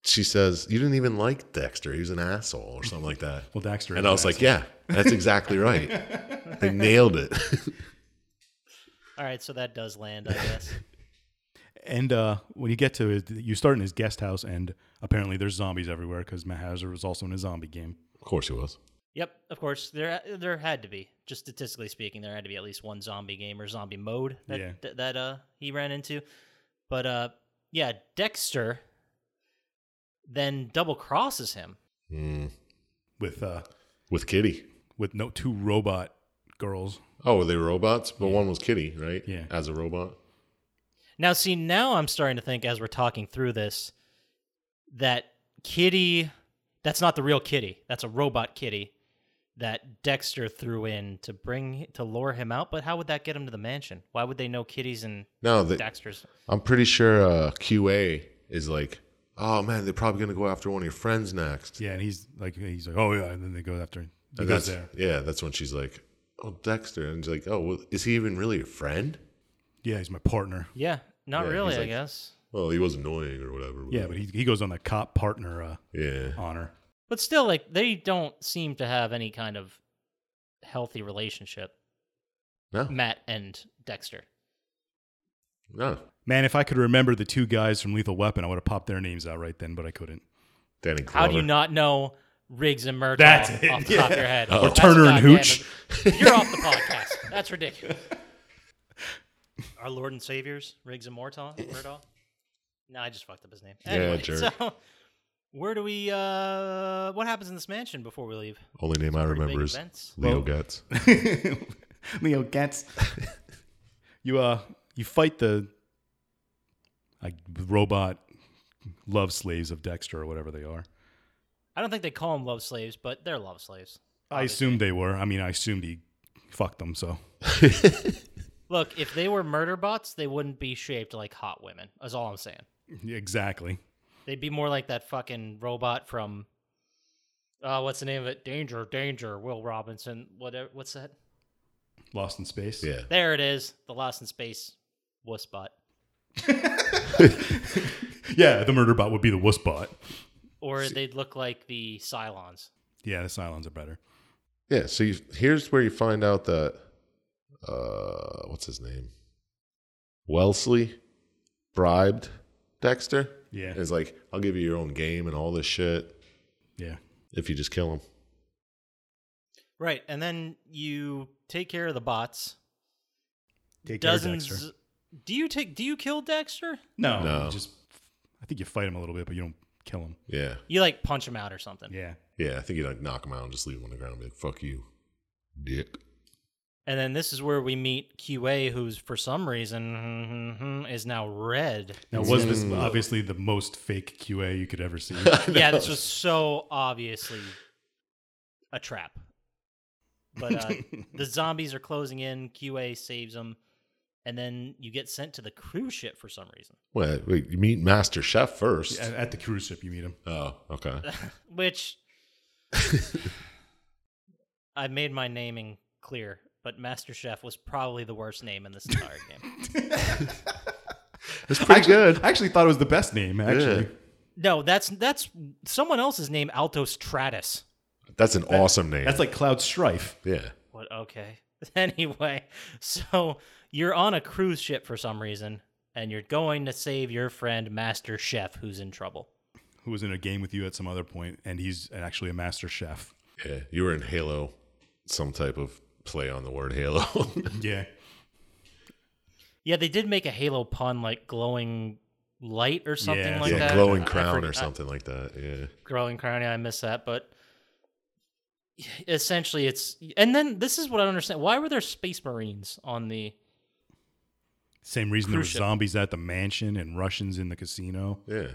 she says, "You didn't even like Dexter. He was an asshole or something like that."
well, Dexter.
And I was like, "Yeah, that's exactly right. they nailed it."
All right, so that does land, I guess.
And uh, when you get to his, you start in his guest house, and apparently there's zombies everywhere because Matt Hazard was also in a zombie game.
of course he was.
yep, of course there there had to be. Just statistically speaking, there had to be at least one zombie game or zombie mode that
Yeah.
that, that uh he ran into. But uh yeah, Dexter then double crosses him.
Mm.
with uh
With Kitty.
with no two robot girls.
Oh, were they robots? But one was Kitty, right?
Yeah.
As a robot.
Now, see, now I'm starting to think as we're talking through this that Kitty, that's not the real Kitty. That's a robot Kitty that Dexter threw in to bring to lure him out. But how would that get him to the mansion? Why would they know Kitty's and
No, they,
Dexter's?
I'm pretty sure uh, QA is like, "Oh man, they're probably gonna go after one of your friends next."
Yeah, and he's like he's like, Oh yeah, and then they go after him. He
And
goes
that's,
there.
Yeah, that's when she's like, "Oh, Dexter," and she's like, "Oh, well, is he even really a friend?"
Yeah, he's my partner.
Yeah, not
Yeah,
really,
he's
I
like-
guess.
Well, he was annoying or whatever.
Yeah, but he, he goes on the cop partner uh,
yeah.
honor.
But still, like, they don't seem to have any kind of healthy relationship,
No,
Matt and Dexter.
no.
Man, if I could remember the two guys from Lethal Weapon, I would have popped their names out right then, but I couldn't.
Danny
How
Glover.
do you not know Riggs and Murtaugh
That's it,
off the top of your head?
Oh.
That's
Turner and
goddamn-
Hooch.
You're off the podcast. That's ridiculous. Our Lord and Saviors, Riggs and Mortaugh, Murtaugh. No, I just fucked up his name.
Yeah,
Anyway,
jerk.
So, where do we? uh What happens in this mansion before we leave?
Only name I
Pretty
remember
big
is
events.
Leo
Well-
Getz.
Leo gets you. Uh, you fight the like robot love slaves of Dexter or whatever they are,
I don't think they call them love slaves, but they're love slaves.
I assumed they were. I mean, I assumed he fucked them. So
Look, if they were murder bots, they wouldn't be shaped like hot women. That's all I'm saying.
exactly.
They'd be more like that fucking robot from, uh, what's the name of it? Danger, Danger, Will Robinson, whatever. What's that?
Lost in space.
Yeah.
There it is, the Lost in Space wuss bot,
Yeah. The murder bot would be the wuss bot.
or they'd look like the Cylons.
Yeah. The Cylons are better.
Yeah. So you, here's where you find out that uh, what's his name, Wellesley, bribed Dexter.
Yeah.
Is like, I'll give you your own game and all this shit
Yeah.
if you just kill him.
Right, and then you take care of the bots.
Take care,
Dozens.
Dexter.
do you take? Do you kill Dexter?
No.
No.
you Just. I think you fight him a little bit, but you don't kill him.
Yeah.
You like punch him out or something,
Yeah.
Yeah. I think you like knock him out and just leave him on the ground and be like, fuck you, dick.
and then this is where we meet QA, who's for some reason is now red.
Now was this obviously the most fake QA you could ever see?
yeah, this was so obviously a trap. But uh, the zombies are closing in. QA saves them, and then you get sent to the cruise ship for some reason.
Well, wait, you meet Master Chef first.
At, at the cruise ship, you meet him.
Oh, okay.
Which I made my naming clear, but Master Chef was probably the worst name in this entire game.
That's pretty
actually,
good.
I actually thought it was the best name. Actually,
Yeah.
No, that's that's someone else's name, Altos Stratus.
That's an awesome name.
that's like Cloud Strife.
yeah.
What? Okay. Anyway, so you're on a cruise ship for some reason, and you're going to save your friend Master Chef, who's in trouble.
who was in a game with you at some other point, and he's actually a master chef.
Yeah. You were in Halo, some type of play on the word Halo.
Yeah.
Yeah, they did make a Halo pun, like glowing light or something
Yeah.
like
yeah.
that.
Glowing
I- I
crown or
forgot-
something like that. Yeah.
growing crown. Yeah, I miss that, but essentially, it's and then this is what I don't understand. Why were there space marines on the?
Same reason there were
Cruise ship.
zombies at the mansion and Russians in the casino.
Yeah.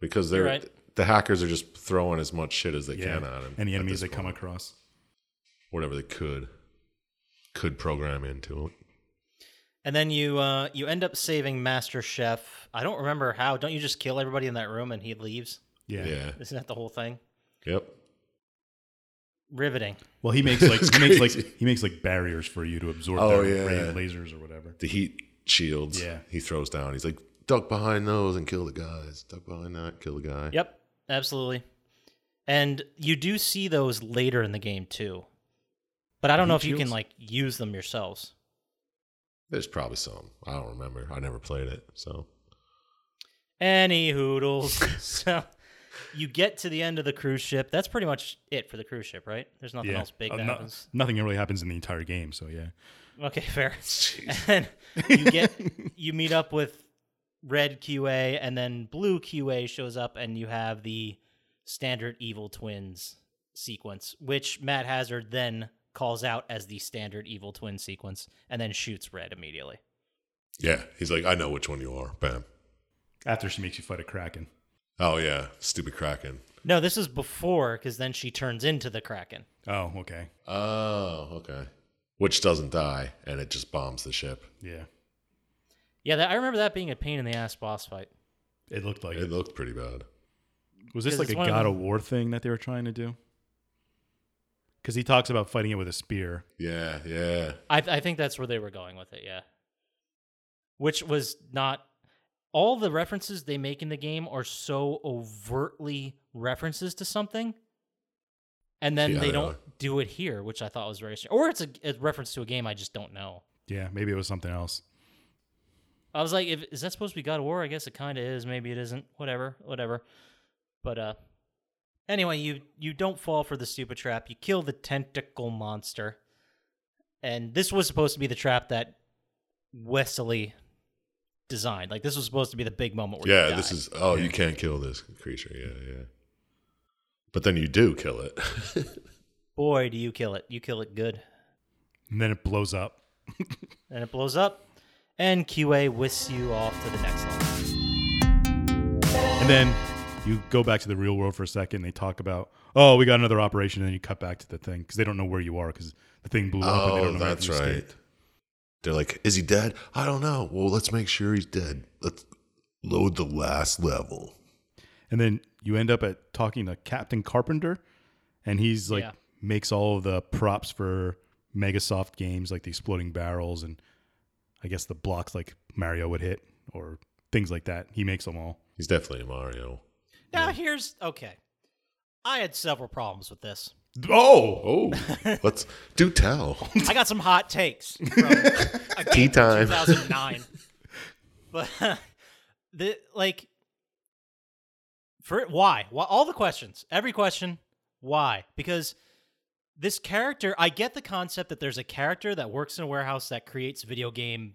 Because they're.
right.
The hackers are just throwing as much shit as they
Yeah.
can at him.
Any
at
enemies
this
they come
point.
across.
Whatever they could, could program into it.
And then you uh, you end up saving Master Chef. I don't remember how. Don't you just kill everybody in that room and he leaves?
Yeah.
yeah.
Isn't that the whole thing?
Yep.
Riveting.
Well, he makes like
It's
he makes
crazy.
like he makes like barriers for you to absorb
Oh,
their
yeah.
ray lasers or whatever.
the heat shields
Yeah.
he throws down. He's like, duck behind those and kill the guys. Duck behind that, kill the guy.
Yep, absolutely. And you do see those later in the game too, but I don't know if you can
Shields?
like use them yourselves.
There's probably some. I don't remember. I never played it. So
Any hoodles. so you get to the end of the cruise ship. That's pretty much it for the cruise ship, right? There's nothing
Yeah.
else big
Uh,
that
no-
happens.
nothing really happens in the entire game. So yeah.
Okay, fair. And you get you meet up with red QA and then blue QA shows up and you have the standard evil twins sequence, which Matt Hazard then calls out as the standard evil twin sequence and then shoots red immediately.
yeah, he's like, I know which one you are. Bam.
After she makes you fight a kraken.
Oh yeah, stupid Kraken.
No, this is before because then she turns into the Kraken.
Oh, okay.
Oh, okay. Which doesn't die, and it just bombs the ship.
Yeah.
Yeah, that, I remember that being a pain in the ass boss fight.
It looked like
It looked pretty bad.
Was this
'Cause
like a
it's one of
God
the-
of War thing that they were trying to do? Because he talks about fighting it with a spear.
Yeah, yeah.
I, I think that's where they were going with it, yeah. Which was not all the references they make in the game are so overtly references to something, and then
Yeah,
they
they
don't
are.
do it here, which I thought was very strange. Or it's a, a reference to a game I just don't know.
Yeah, maybe it was something else.
I was like, if, is that supposed to be God of War? I guess it kind of is. Maybe it isn't. Whatever, whatever. But uh, anyway, you you don't fall for the stupid trap. You kill the tentacle monster, and this was supposed to be the trap that Wesley designed. Like this was supposed to be the big moment. Where you
Yeah,
die.
this is oh, you can't kill this creature. Yeah, yeah. But then you do kill it.
boy, do you kill it? You kill it good,
And then it blows up.
and it blows up, and QA whisks you off to the next level.
And then you go back to the real world for a second. They talk about, oh, we got another operation, and then you cut back to the thing because they don't know where you are because the thing blew up. and they
Oh,
don't know
that's
how you
right.
escaped.
They're like, is he dead? I don't know. Well, let's make sure he's dead. Let's load the last level.
And then you end up at talking to Captain Carpenter, and he's like
Yeah.
makes all of the props for Megasoft games, like the exploding barrels, and I guess the blocks like Mario would hit or things like that. He makes them all.
He's definitely a Mario.
Now here's okay. I had several problems with this.
Oh,
Oh, let's do tell.
I got some hot takes from a game
Tea
from
time.
2009. but the like for why? Why all the questions? Every question, why? Because this character, I get the concept that there's a character that works in a warehouse that creates video game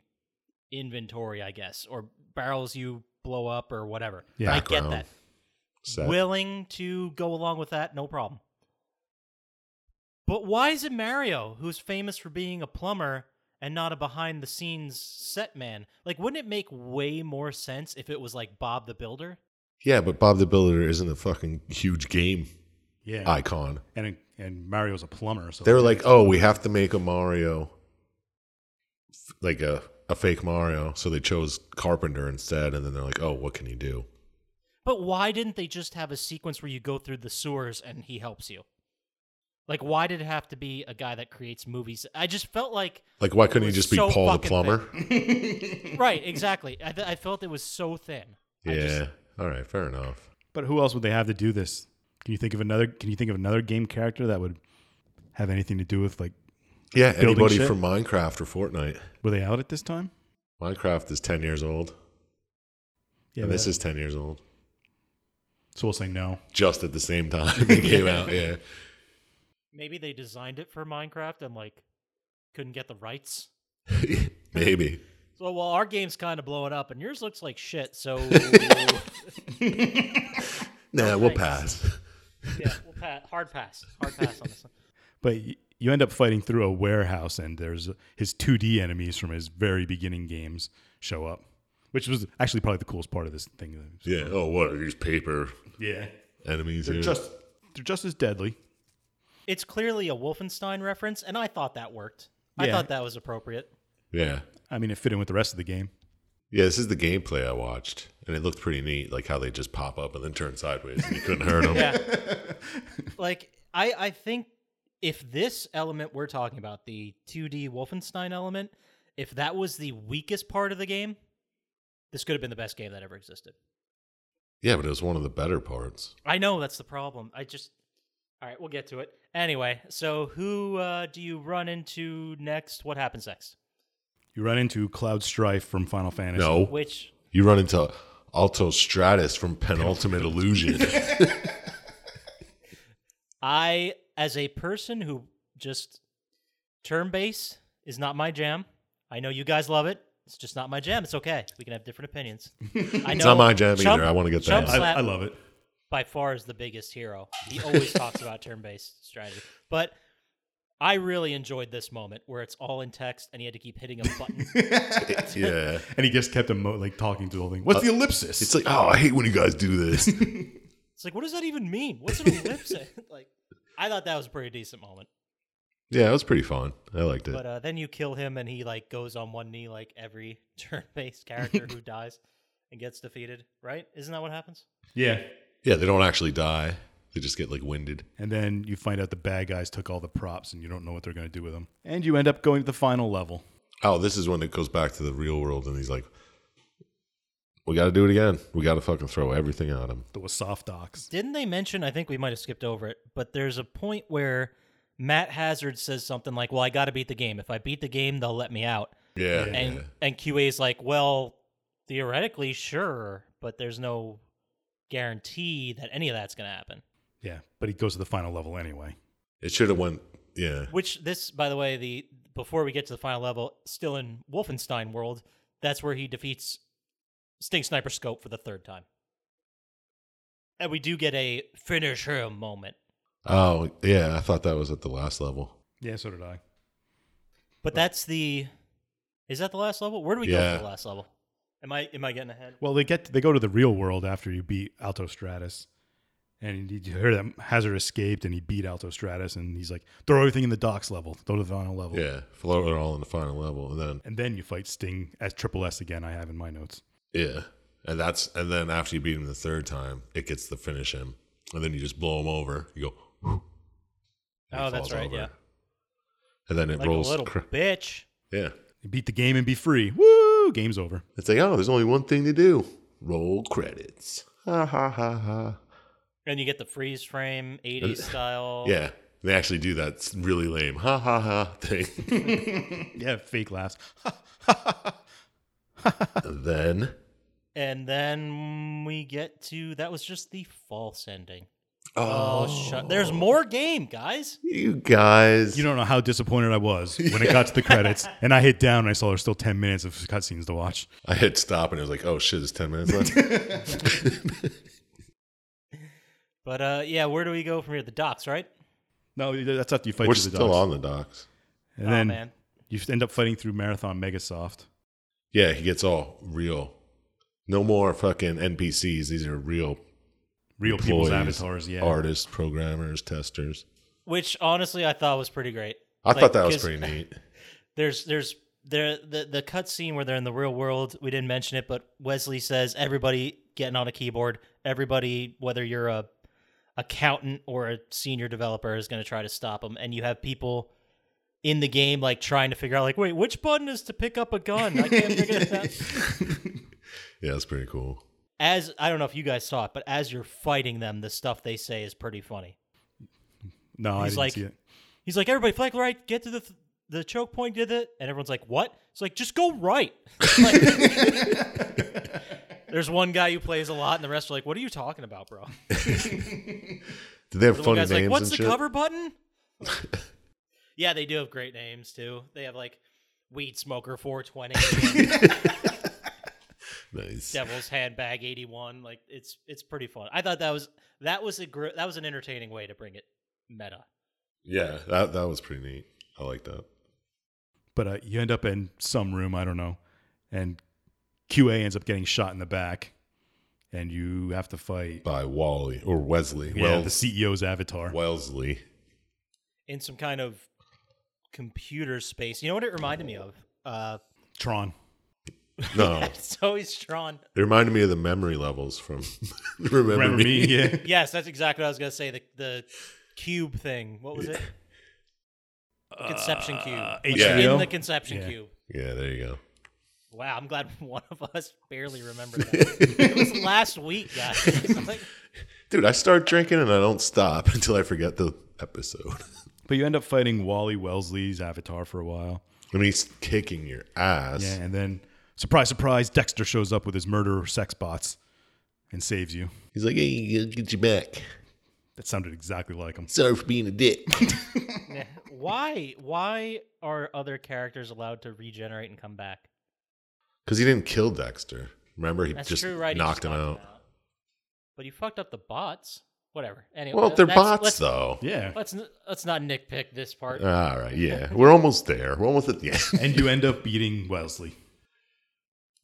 inventory, I guess, or barrels you blow up or whatever.
Yeah.
I get that.
Background Set.
Willing to go along with that, no problem. But why is it Mario who's famous for being a plumber and not a behind the scenes set man? Like, wouldn't it make way more sense if it was like Bob the Builder?
yeah, but Bob the Builder isn't a fucking huge game
yeah.
icon.
and and Mario's a plumber, so
They were like, oh, we have to make a Mario, f- like a, a fake Mario. So they chose Carpenter instead. And then they're like, oh, what can he do?
But why didn't they just have a sequence where you go through the sewers and he helps you? Like, why did it have to be a guy that creates movies? I just felt like
Like, why couldn't he
was
just be
so
Paul the
fucking
Plumber?
right, exactly. I, th- I felt it was so thin. I
Yeah.
just-
All right. Fair enough.
But who else would they have to do this? Can you think of another? Can you think of another game character that would have anything to do with like?
Yeah.
Building
Anybody
shit?
from Minecraft or Fortnite?
Were they out at this time?
Minecraft is 10 years old.
Yeah,
and this
but-
is 10 years old.
so we'll say no.
Just at the same time it came out. Yeah.
maybe they designed it for Minecraft and like couldn't get the rights.
Maybe.
So well, our game's kind of blowing up, and yours looks like shit. So
Nah, we'll
thanks.
pass.
yeah, we'll pass. Hard pass. Hard pass on this. one.
But y- you end up fighting through a warehouse, and there's his 2D enemies from his very beginning games show up, which was actually probably the coolest part of this thing.
Yeah. Oh, what are these paper
Yeah,
enemies
they're
here?
just they're just as deadly.
It's clearly a Wolfenstein reference, and I thought that worked. I
Yeah.
thought that was appropriate.
yeah.
I mean, it fit in with the rest of the game.
Yeah, this is the gameplay I watched, and it looked pretty neat, like how they just pop up and then turn sideways, and you couldn't hurt them.
Yeah. like I, I think if this element we're talking about, the 2D Wolfenstein element, if that was the weakest part of the game, this could have been the best game that ever existed.
Yeah, but it was one of the better parts.
I know that's the problem. I just All right, we'll get to it. Anyway, so who uh, do you run into next? What happens next?
You run into Cloud Strife from Final Fantasy.
No,
Which
you run into Alto Stratus from Penultimate Illusion.
I as a person who just turn base is not my jam. I know you guys love it. It's just not my jam. It's okay. We can have different opinions. I know
It's not my jam
Chump-
either. I want to get
Chump
that.
I,
out.
Slap
I love it.
by far is the biggest hero. He always talks about turn-based strategy. But I really enjoyed this moment where it's all in text and he had to keep hitting a button.
Yeah,
And he just kept emo- like talking to the whole thing. What's the ellipsis?
Uh, it's like, oh, I hate when you guys do this.
It's like, what does that even mean? What's an ellipsis? like, I thought that was a pretty decent moment.
yeah, it was pretty fun. I liked it.
But uh, then you kill him, and he like goes on one knee, like every turn-based character who dies and gets defeated. Right? Isn't that what happens?
yeah.
Yeah, they don't actually die; they just get like winded.
And then you find out the bad guys took all the props, and you don't know what they're going to do with them. And you end up going to the final level.
Oh, this is when it goes back to the real world, and he's like, "We got to do it again. We got to fucking throw everything at him."
The Wasoft Docs.
Didn't they mention? I think we might have skipped over it, but there's a point where Matt Hazard says something like, "Well, I got to beat the game. If I beat the game, they'll let me out."
Yeah,
And and QA's like, "Well, theoretically, sure, but there's no guarantee that any of that's going to happen."
Yeah, but he goes to the final level anyway.
it should have went. Yeah,
Which this, by the way, the before we get to the final level, still in Wolfenstein world, that's where he defeats Sting Sniper Scope for the third time, and we do get a finish him moment.
Oh, yeah. I thought that was at the last level.
Yeah, so did I.
But that's the, is that the last level? Where do we go
Yeah.
for the last level? Am I am I getting ahead?
Well, they get they go to the real world after you beat Alto Stratus, and you hear that Hazard escaped and he beat Alto Stratus, and he's like, throw everything in the docks level, throw to the final level,
Yeah, float it all in the final level, and then
and then you fight Sting as Triple S again. I have in my notes.
yeah, and that's and then after you beat him the third time, it gets to finish him, and then you just blow him over. You go. whew, and he
Oh, that's
falls
right, yeah.
And then it
Like
rolls.
a little
cr-
bitch.
yeah,
You beat the game and be free. Woo! Game's over.
it's like oh, there's only one thing to do: roll credits. Ha ha ha ha.
And you get the freeze frame, 80s style.
Yeah, they actually do that s- really lame ha ha ha thing.
Yeah, fake laughs.
and then
And then we get to that was just the false ending.
oh,
Oh, shut. There's more game, guys.
you guys,
You don't know how disappointed I was when it got to the credits, and I hit down and I saw there's still ten minutes of cutscenes to watch.
I hit stop and it was like, oh shit, there's ten minutes left.
But uh yeah, where do we go from here? The docks, right?
No, that's after you fight
We're
through the
still
docks.
on the docks.
And
oh
then
man.
you end up fighting through Marathon Megasoft.
Yeah, he gets all real. No more fucking NPCs. These are real
Real people's
employees,
avatars, yeah.
artists, programmers, testers.
Which honestly I thought was pretty great.
I
Like,
thought that was
'cause-
pretty neat.
There's there's there the the cutscene where they're in the real world. We didn't mention it, but Wesley says everybody getting on a keyboard, everybody whether you're a accountant or a senior developer is going to try to stop them and you have people in the game like trying to figure out like wait which button is to pick up a gun i can't figure this out
Yeah, that's pretty cool.
as I don't know if you guys saw it, but as you're fighting them, the stuff they say is pretty funny.
No, I
He's
didn't
like-
see it.
He's like, "Everybody, flank right, get to the th- the choke point, get it," and everyone's like, "What?" It's like, "Just go right." Like- there's one guy who plays a lot, and the rest are like, "What are you talking about, bro?"
Did they have
The one
fun
guy's
names
like, "What's
and
the
shit?
cover button?" yeah, they do have great names too. They have like weed smoker 420,
Nice.
devil's handbag 81. Like it's it's pretty fun. I thought that was that was a gr- that was an entertaining way to bring it meta.
Yeah, that that was pretty neat. I like that.
But uh, you end up in some room, I don't know, and QA ends up getting shot in the back, and you have to fight
By Wally or Wesley.
yeah,
well,
the CEO's avatar.
Wellesley.
in some kind of computer space. You know what it reminded me of? Uh,
Tron.
No,
it's always Tron.
it reminded me of the memory levels from Remember,
Remember
Me.
me? Yeah.
Yes, that's exactly what I was gonna say. The the cube thing. What was it? Conception cube.
Uh,
Like,
HBO?
In the conception
Yeah.
cube.
Yeah, there you go.
Wow, I'm glad one of us barely remembered that. it was last week, guys. It's like-
Dude, I start drinking and I don't stop until I forget the episode.
But you end up fighting Wally Wellesley's avatar for a while.
I mean, he's kicking your ass.
Yeah, and then surprise, surprise, Dexter shows up with his murderer sex bots and saves you.
He's like, hey, I'll get you back.
That sounded exactly like him.
Sorry for being a dick.
why why are other characters allowed to regenerate and come back?
Because he didn't kill Dexter. Remember, he
That's
just
true, right? He
knocked
just
him out.
But you fucked up the bots. Whatever. Anyway,
Well, they're
that's-
bots,
let's-
though. Uh,
Yeah.
Let's n- let's not nitpick this part.
All right, yeah. We're almost there. We're almost at the end.
and you end up beating Wellesley.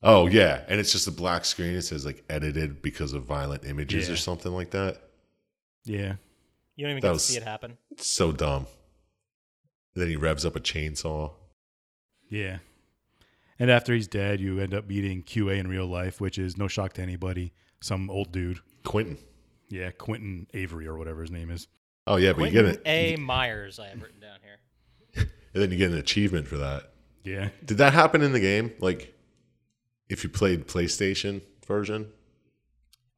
Oh, yeah. And it's just a black screen. It says, like, edited because of violent images or
Yeah.
something like that.
Yeah.
you don't even
that
get
was-
to see it happen.
It's so dumb. Then he revs up a chainsaw.
Yeah. And after he's dead, you end up meeting QA in real life, which is no shock to anybody. Some old dude.
Quentin.
Yeah, Quentin Avery or whatever his name is.
Oh, yeah, but you get
Quentin A.
it.
Myers, I have written down here.
And then you get an achievement for that.
Yeah.
Did that happen in the game? Like, if you played PlayStation version,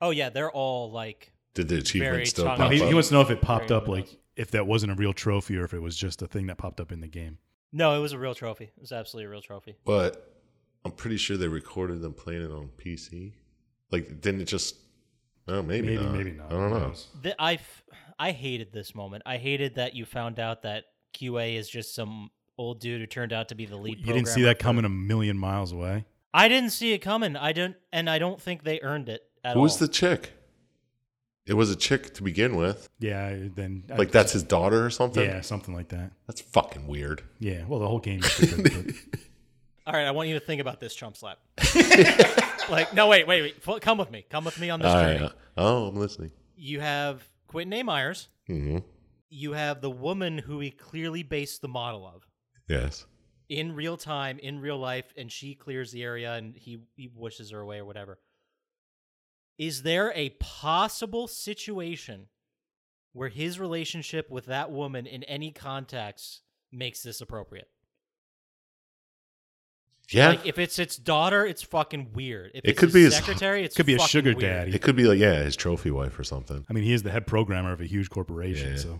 Oh yeah, they're all like
did the achievement
Very
still
chunky.
pop
No,
up?
he, he wants to know if it popped
Very
up, like if that wasn't a real trophy or if it was just a thing that popped up in the game.
no, it was a real trophy. It was absolutely a real trophy.
but I'm pretty sure they recorded them playing it on PC. Like, didn't it just? Oh, maybe,
Maybe,
not.
maybe not.
I
Who
don't know.
knows?
The, I f- I hated this moment. I hated that you found out that QA is just some old dude who turned out to be the lead.
You didn't see
programmer
that
for-
coming a million miles away.
I didn't see it coming. I don't, and I don't think they earned it at
Who
all.
was the chick? It was a chick to begin with.
Yeah. I- Then I-
Like that's his daughter or something.
Yeah, something like that.
That's fucking weird.
Yeah. Well, the whole game. Is stupid, but-
All right, I want you to think about this, Trump slap. like, no, wait, wait, wait. F- Come with me. Come with me on this
All
journey.
right. Oh, I'm listening.
You have Quentin A. Myers.
hmm
You have the woman who he clearly based the model of
Yes.
in real time, in real life, and she clears the area and he, he wishes her away or whatever. Is there a possible situation where his relationship with that woman in any context makes this appropriate?
Yeah.
Like if it's its daughter, it's fucking weird. If
It
it's
could be his-
secretary. It's
could be a
fucking
sugar
weird.
daddy.
it could be like yeah, his trophy wife or something.
I mean, he is the head programmer of a huge corporation.
Yeah.
So,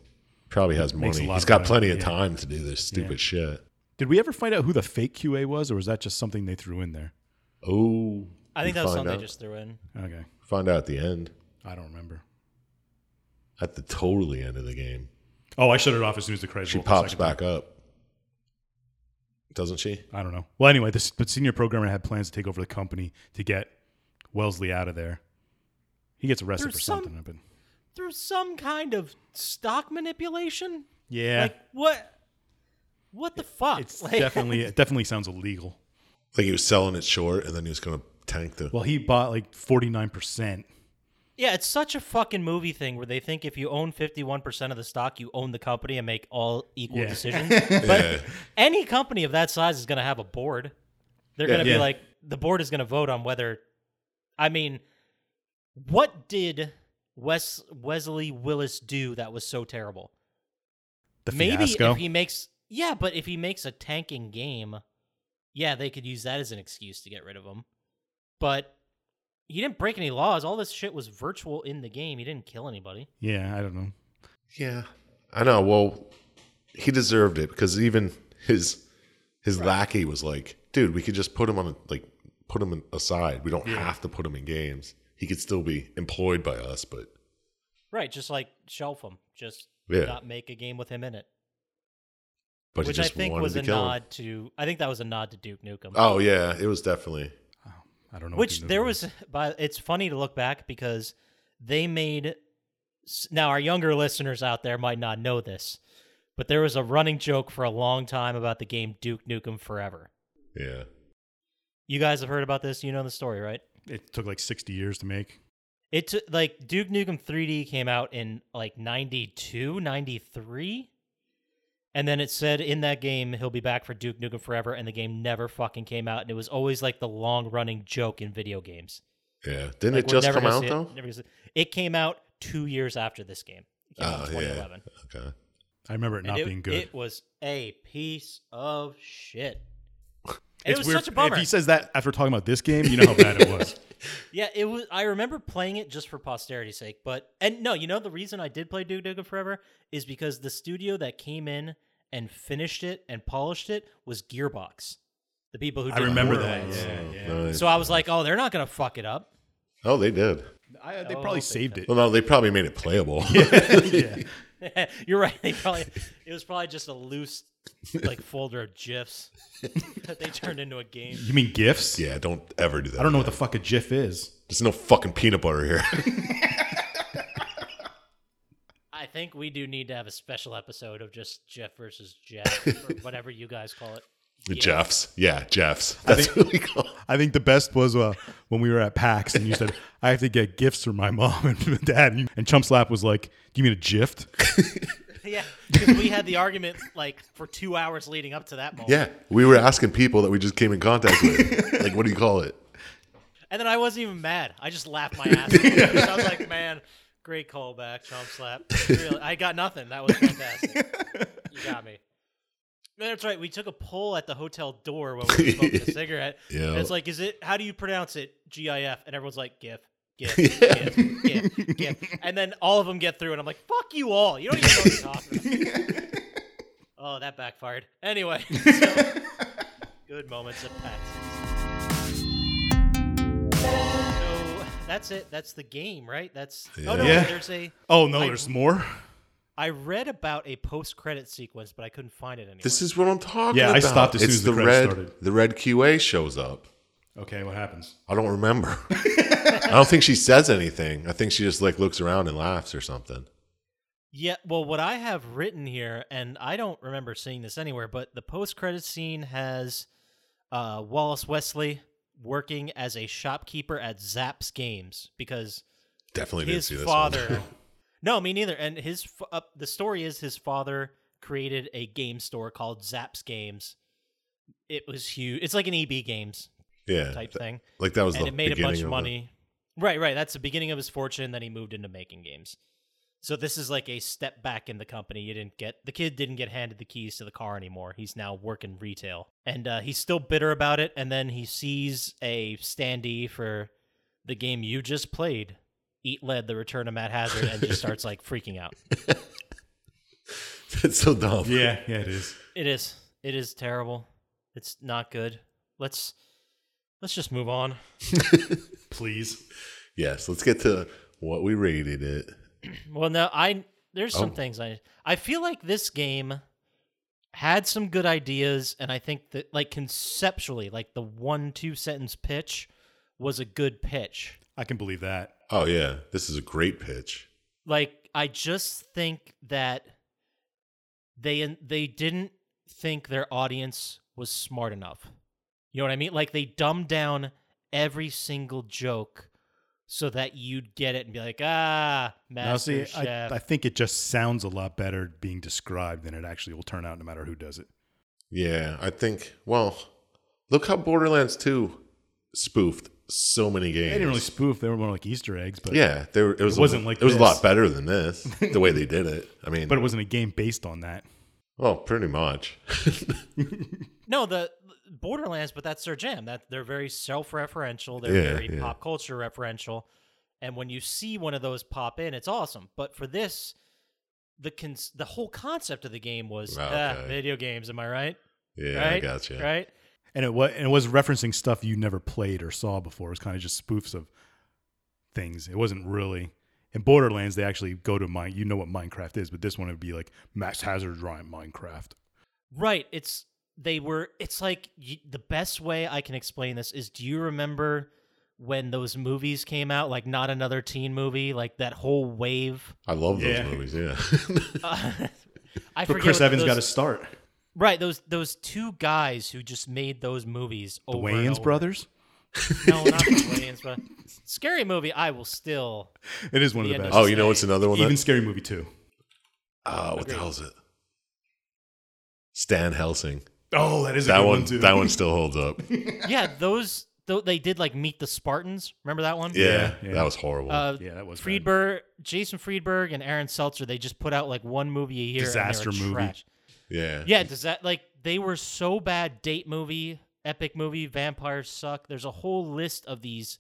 Probably has
Makes a
money.
lot
He's
of
got
money,
plenty of
yeah.
time to do this stupid
Yeah.
shit.
did we ever find out who the fake QA was, or was that just something they threw in there?
Oh,
I think
we
that was
find
something
out.
they just threw in.
Okay,
find out at the end,
I don't remember.
at the totally end of the game.
Oh, I shut it off as soon as the credits.
She
rolled the
pops
second
back up, doesn't she?
I don't know. Well, anyway, this but senior programmer had plans to take over the company to get Wellesley out of there. He gets arrested
There's
for
some-
something. But
Through some kind of stock manipulation.
yeah,
Like what? What the fuck?
it's
Like-
definitely it definitely sounds illegal.
Like he was selling it short, and then he was going to tank the.
Well, he bought like forty nine percent.
yeah. It's such a fucking movie thing where they think if you own fifty one percent of the stock, you own the company and make all equal
Yeah.
decisions. But any company of that size is going to have a board. They're
Yeah.
going to
Yeah.
be like the board is going to vote on whether. I mean, what did Wes Wesley Willis do that was so terrible?
The
Maybe
fiasco.
if he makes yeah, but if he makes a tanking game, yeah, they could use that as an excuse to get rid of him. But he didn't break any laws. All this shit was virtual in the game. He didn't kill anybody.
yeah, I don't know.
yeah, I know. Well, he deserved it because even his his lackey was like, "Dude, we could just put him on a, like put him in- aside. We don't have to put him in games. He could still be employed by us." But
Right, just like shelf him. Just
Yeah.
not make a game with him in it.
but
Which
he
I
just
think
wanted
was
to
a
kill
nod
him.
to I think that was a nod to Duke Nukem.
Oh yeah, it was definitely.
I don't know. what
Which
the
there
movie
was, by it's funny to look back because they made. s- Now our younger listeners out there might not know this, but there was a running joke for a long time about the game Duke Nukem Forever.
Yeah.
You guys have heard about this. You know the story, right?
It took like sixty years to make.
It took like Duke Nukem 3D came out in like 92, 93. And then it said in that game he'll be back for Duke Nukem Forever and the game never fucking came out and it was always like the long running joke in video games.
Yeah. Didn't
Like,
it
we're
just
never
come
gonna
out
see it.
though?
Never gonna see it. It came out two years after this game. It came out in
Oh, yeah.
2011.
Okay.
I remember it
And
not
it-
being good.
It was a piece of shit. And
It's
it was
weird.
such a bummer.
If he says that after talking about this game, you know how bad it was.
yeah, it was. I remember playing it just for posterity's sake. But and no, you know the reason I did play Duke Nukem Forever is because the studio that came in and finished it and polished it was Gearbox, the people who
I
did
remember that,
Borderlands.
yeah.
Nice.
So I was like, oh, they're not gonna fuck it up.
oh, they did.
I, they
Oh,
probably
they-
saved it.
Well, no, they probably made it playable.
yeah.
You're right. They probably it was probably just a loose like folder of gifs that they turned into a game.
You mean gifs?
yeah. Don't ever do that.
I don't know what the fuck a GIF is.
There's no fucking peanut butter here.
I think we do need to have a special episode of just Jeff versus Jeff or whatever you guys call it.
The Jeffs. Yeah, Jeffs. That's what we call. it.
I think the best was uh, when we were at PAX and you said, I have to get gifts for my mom and my dad. And, and Chump Slap was like, Do you mean a gift?
Yeah, because we had the argument like for two hours leading up to that moment,
Yeah, we were asking people that we just came in contact with. like, what do you call it?
and then I wasn't even mad. I just laughed my ass. off. I was like, man. Great callback, Chomp Slap. Really, I got nothing. That was fantastic. You got me. That's right. We took a poll at the hotel door when we were smoking a cigarette.
Yeah.
And it's like, is it? How do you pronounce it? GIF, and everyone's like, GIF, GIF, GIF, GIF, GIF, and then all of them get through, and I'm like, fuck you all. You don't even know what you're talking. About. oh, that backfired. Anyway, so, good moments at PAX. So that's it. That's the game, right? That's oh no,
Yeah.
there's a.
Oh, no,
I-
there's more?
I read about a post-credit sequence, but I couldn't find it anywhere.
This is what I'm talking
Yeah, I
about.
stopped as soon
It's
as the credits
red.
started.
The red QA shows up.
Okay, what happens?
I don't remember. I don't think she says anything. I think she just like looks around and laughs or something.
Yeah, well, what I have written here, and I don't remember seeing this anywhere, but the post credit scene has uh, Wallace Wesley working as a shopkeeper at Zapp's Games because
Definitely didn't
his
see this
father.
one.
no, me neither. And his f- uh, the story is his father created a game store called Zapp's Games. It was huge. It's like an EB Games
yeah,
type
th-
thing,
like that was
and
the
it made a
beginning
bunch
of
of
the-
money. Right, right. That's the beginning of his fortune. Then he moved into making games. So this is like a step back in the company. You didn't get the kid didn't get handed the keys to the car anymore. He's now working retail, and uh, he's still bitter about it. And then he sees a standee for the game you just played, Eat Lead: The Return of Matt Hazard, and just starts like freaking out.
That's so dumb.
Yeah, yeah, it is.
It is. It is terrible. It's not good. Let's let's just move on.
Please.
Yes, let's get to what we rated it.
Well, no, I there's some
Oh.
things I I feel like this game had some good ideas, and I think that like conceptually, like the one two sentence pitch was a good pitch.
I can believe that.
Oh yeah, this is a great pitch.
Like I just think that they they didn't think their audience was smart enough. You know what I mean? Like they dumbed down every single joke so that you'd get it and be like, ah,
Now,
Master
see, I,
Chef.
I think it just sounds a lot better being described than it actually will turn out, no matter who does it.
Yeah, I think. Well, look how Borderlands Two spoofed so many games.
They didn't really spoof; they were more like Easter eggs. But
yeah, there it was.
It wasn't
a,
like
it was
this.
a lot better than this. the way they did it. I mean,
but it wasn't a game based on that.
well, pretty much.
No, the Borderlands, but that's their jam. That they're very self-referential. They're
Yeah,
very
yeah.
pop culture referential. And when you see one of those pop in, it's awesome. But for this, the cons- the whole concept of the game was
Wow,
"Ah,
Oh, okay.
video games. Am I right?
yeah, I
right?
gotcha.
Right?
And it was and it was referencing stuff you never played or saw before. It was kind of just spoofs of things. It wasn't really in Borderlands. They actually go to mine. You know what Minecraft is, but this one would be like Max Hazard drawing Minecraft.
Right. It's they were. It's like y- the best way I can explain this is. Do you remember when those movies came out? Like not another teen movie. Like that whole wave.
I love those
Yeah.
movies. Yeah.
Uh, I
But
forget
Chris
what
Evans
those-
got to start.
Right, those those two guys who just made those movies
The
over and
Wayans
over.
brothers.
No, not the Wayans, but scary movie. I will still.
It is one of
The
the
end
best.
oh, you know what's another one?
Even
That,
Scary Movie Two.
oh, what the
Agreed.
hell is it? Stan Helsing.
Oh, that is a
That
good
one.
too.
that one still holds up. Yeah,
Yeah, those though they did like Meet the Spartans. Remember that one?
yeah.
that was horrible.
Uh,
Yeah, that was bad.
Friedberg, Jason Friedberg, and Aaron Seltzer. They just put out like one movie a year. and they were
Disaster movie.
trash.
yeah.
Yeah, does that like they were so bad? Date movie, epic movie, vampires suck. There's a whole list of these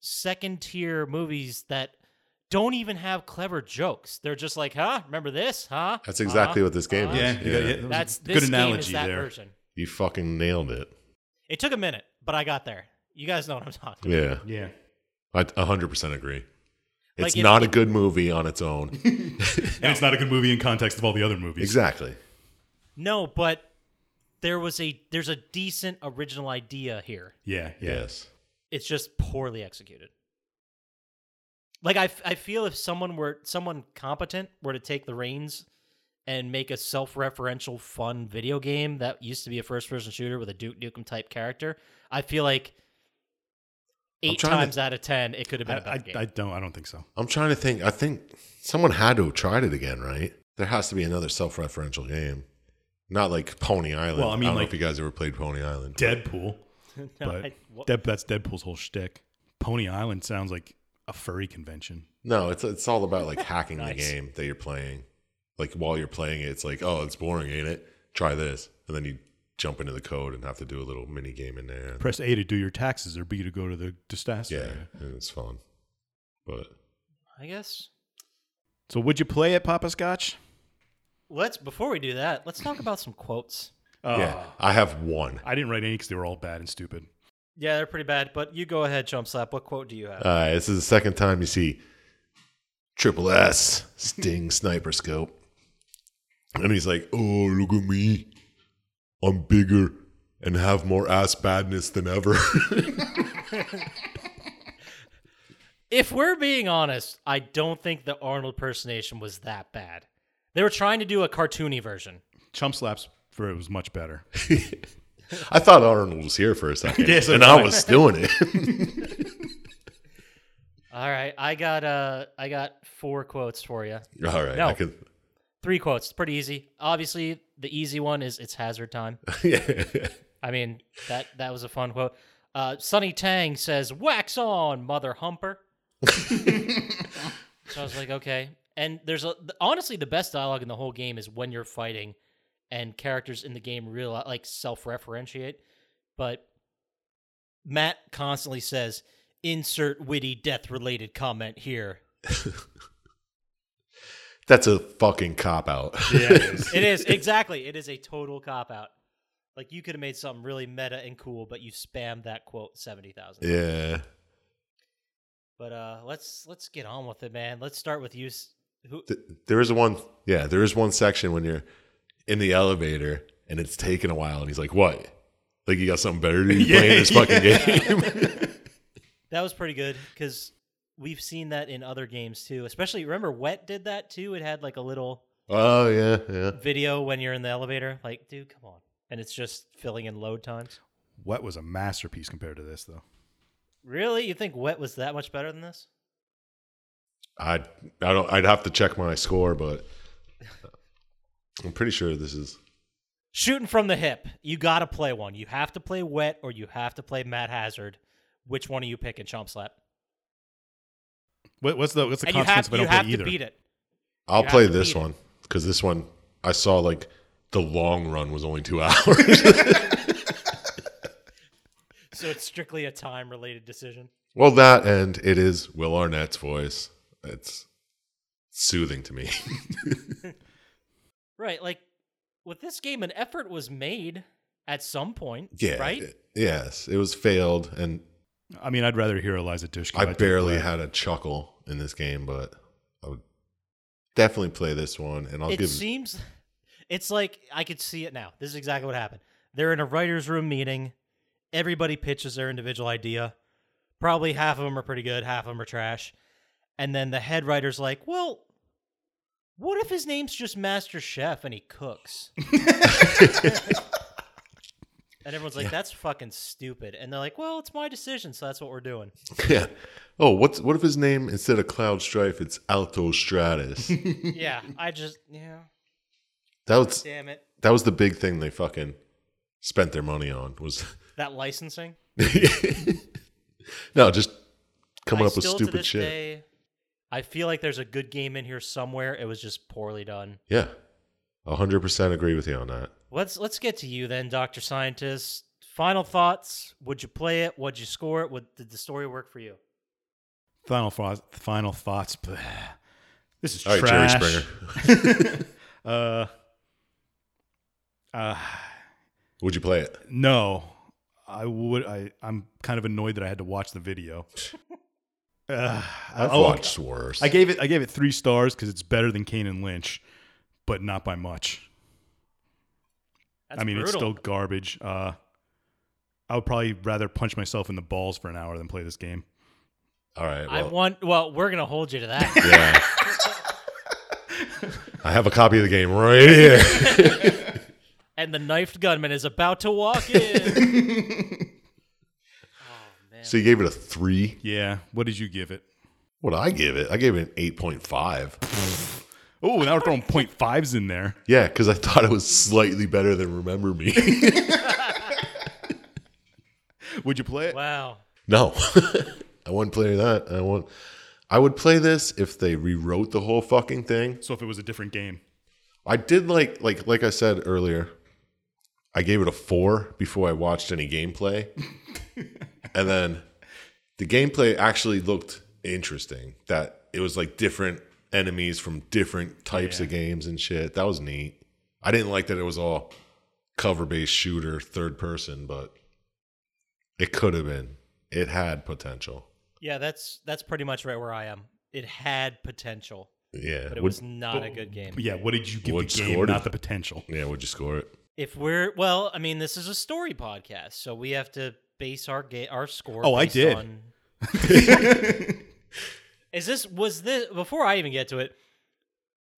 second tier movies that don't even have clever jokes. They're just like, huh? Remember this? Huh?
That's exactly
Huh?
what this game
Uh,
is.
Yeah, you got- yeah, that was a
That's this
good
game
analogy
is that
there.
version.
You fucking nailed it.
It took a minute, but I got there. You guys know what I'm talking. about.
Yeah.
Yeah.
I 100% agree. It's
Like, if-
not a good movie on its own.
And it's not a good movie in context of all the other movies.
exactly.
No, but there was a there's a decent original idea here.
Yeah, yeah.
Yes.
it's just poorly executed. Like I, f- I feel if someone were someone competent were to take the reins and make a self-referential fun video game that used to be a first-person shooter with a Duke Nukem type character, I feel like
I'm
eight
trying to-
times out of ten it could have
I,
been a better
I,
game.
I don't I don't think so.
I'm trying to think. I think someone had to have tried it again, right? There has to be another self referential game. Not like Pony Island.
Well, I
I,
mean,
don't
like-
know if you guys ever played Pony Island.
Deadpool.
No,
but
I- what-
Dead, that's Deadpool's whole shtick. Pony Island sounds like a furry convention.
No, it's it's all about like hacking the
Nice.
game that you're playing. Like while you're playing it, it's like, oh, it's boring, ain't it? Try this, and then you jump into the code and have to do a little mini game in there.
Press A to do your taxes or B to go to the disaster.
yeah,
area.
and it's fun. But
I guess
So would you play it, Papa Scotch?
let's before we do that, let's talk about some quotes.
Ah.
Uh,
yeah, I have one.
I didn't write any because they were all bad and stupid.
Yeah, they're pretty bad, but you go ahead, Chump Slap. What quote do you have?
Uh, this is the second time you see Triple S Sting sniper scope, and he's like, "Oh, look at me, I'm bigger and have more ass badness than ever."
if we're being honest, I don't think the Arnold impersonation was that bad. They were trying to do a cartoony version.
Chump slaps for it was much better.
I thought Arnold was here for a second,
Yeah, so
and
did
I
I.
was doing it.
All right, I got uh, I got four quotes for you.
All right, I
No.
can.
Three quotes, pretty easy. Obviously, the easy one is it's hazard time.
yeah.
I mean, that that was a fun quote. Uh, Sonny Tang says, "Wax on, mother humper." so I was like, okay. And there's a th- honestly the best dialogue in the whole game is when you're fighting, and characters in the game real like self-referentiate. But Matt constantly says, "Insert witty death-related comment here."
That's a fucking cop out.
Yeah, it is.
It is exactly. It is a total cop out. Like you could have made something really meta and cool, but you spammed that quote seventy thousand.
yeah.
But uh, let's let's get on with it, man. Let's start with you. S- Who?
Th- there is one yeah there is one section when you're in the elevator and it's taking a while and he's like what like you got something better to be
Yeah,
playing this fucking game
That was pretty good because we've seen that in other games too. Especially remember, Wet did that too. It had like a little
oh yeah yeah
video when you're in the elevator, like, dude, come on, and it's just filling in load times.
Wet was a masterpiece compared to this, though.
Really, you think Wet was that much better than this?
i i don't i'd have to check my score but i'm pretty sure this is
Shooting from the hip, you got to play one. You have to play Wet or you have to play Matt Hazard. Which one are you picking, Chomp Slap?
What, what's the what's the
And you
consequence
have,
if I
you
don't play
have to
either?
beat it.
i'll
You
play
have to
this
beat it.
one because this one i saw like the long run was only two hours
So it's strictly a time related decision.
well that and it is will arnett's voice it's soothing to me
Right, like with this game, an effort was made at some point.
yeah
right.
yes it was failed and
I mean, I'd rather hear Eliza Dushku.
I barely had a chuckle in this game, but I would definitely play this one, and I'll
it
give.
seems it's like I could see it now. This is exactly what happened. They're in a writers' room meeting. Everybody pitches their individual idea. Probably half of them are pretty good, half of them are trash. And then the head writer's like, "Well, what if his name's just Master Chef and he cooks?" and everyone's like, "That's fucking stupid." And they're like, "Well, it's my decision, so that's what we're doing."
yeah. Oh, what's what if his name instead of Cloud Strife, it's Alto Stratus?
yeah, I just yeah,
that was
damn it.
that was the big thing they fucking spent their money on was
That licensing
no, just coming
I
up with
still, to
stupid
this
shit.
day, I feel like there's a good game in here somewhere. It was just poorly done.
Yeah, hundred percent agree with you on that.
Let's let's get to you then, Doctor Scientist. Final thoughts? Would you play it? Would you score it? Would, did the story work for you?
final thoughts. Final thoughts. bleh. This is
All right, Jerry
trash. Springer. uh, uh,
Would you play it?
no, I would. I I'm kind of annoyed that I had to watch the video. uh,
I've
I'll-
watched worse.
I gave it I gave it three stars because it's better than Kane and Lynch, but not by much.
That's
I mean, it's
brutal.
still garbage. Uh, I would probably rather punch myself in the balls for an hour than play this game.
All right.
I
well,
want. Well, we're gonna hold you to that.
yeah. I have a copy of the game right here.
and the knifed gunman is about to walk in.
So you gave it a three.
Yeah. What did you give it?
What I give it? I gave it an eight point five.
Oh, now we're throwing point fives in there.
Yeah, because I thought it was slightly better than Remember Me.
Would you play it?
wow.
no, I wouldn't play that. I won't. I would play this if they rewrote the whole fucking thing.
So if it was a different game,
I did like like like I said earlier. I gave it a four before I watched any gameplay, and then the gameplay actually looked interesting. That it was like different enemies from different types of games and shit. That was neat. I didn't like that it was all cover based shooter, third person, but it could have been. It had potential.
Yeah, that's that's pretty much right where I am. It had potential,
Yeah.
but it
Would-
was not a good game.
yeah. What did you give
What
the game?
score did-
Not the potential.
yeah. Would you score it?
if we're well, I mean, this is a story podcast, so we have to base our ga- our score.
Oh, I
based
did.
On... is this was this before I even get to it?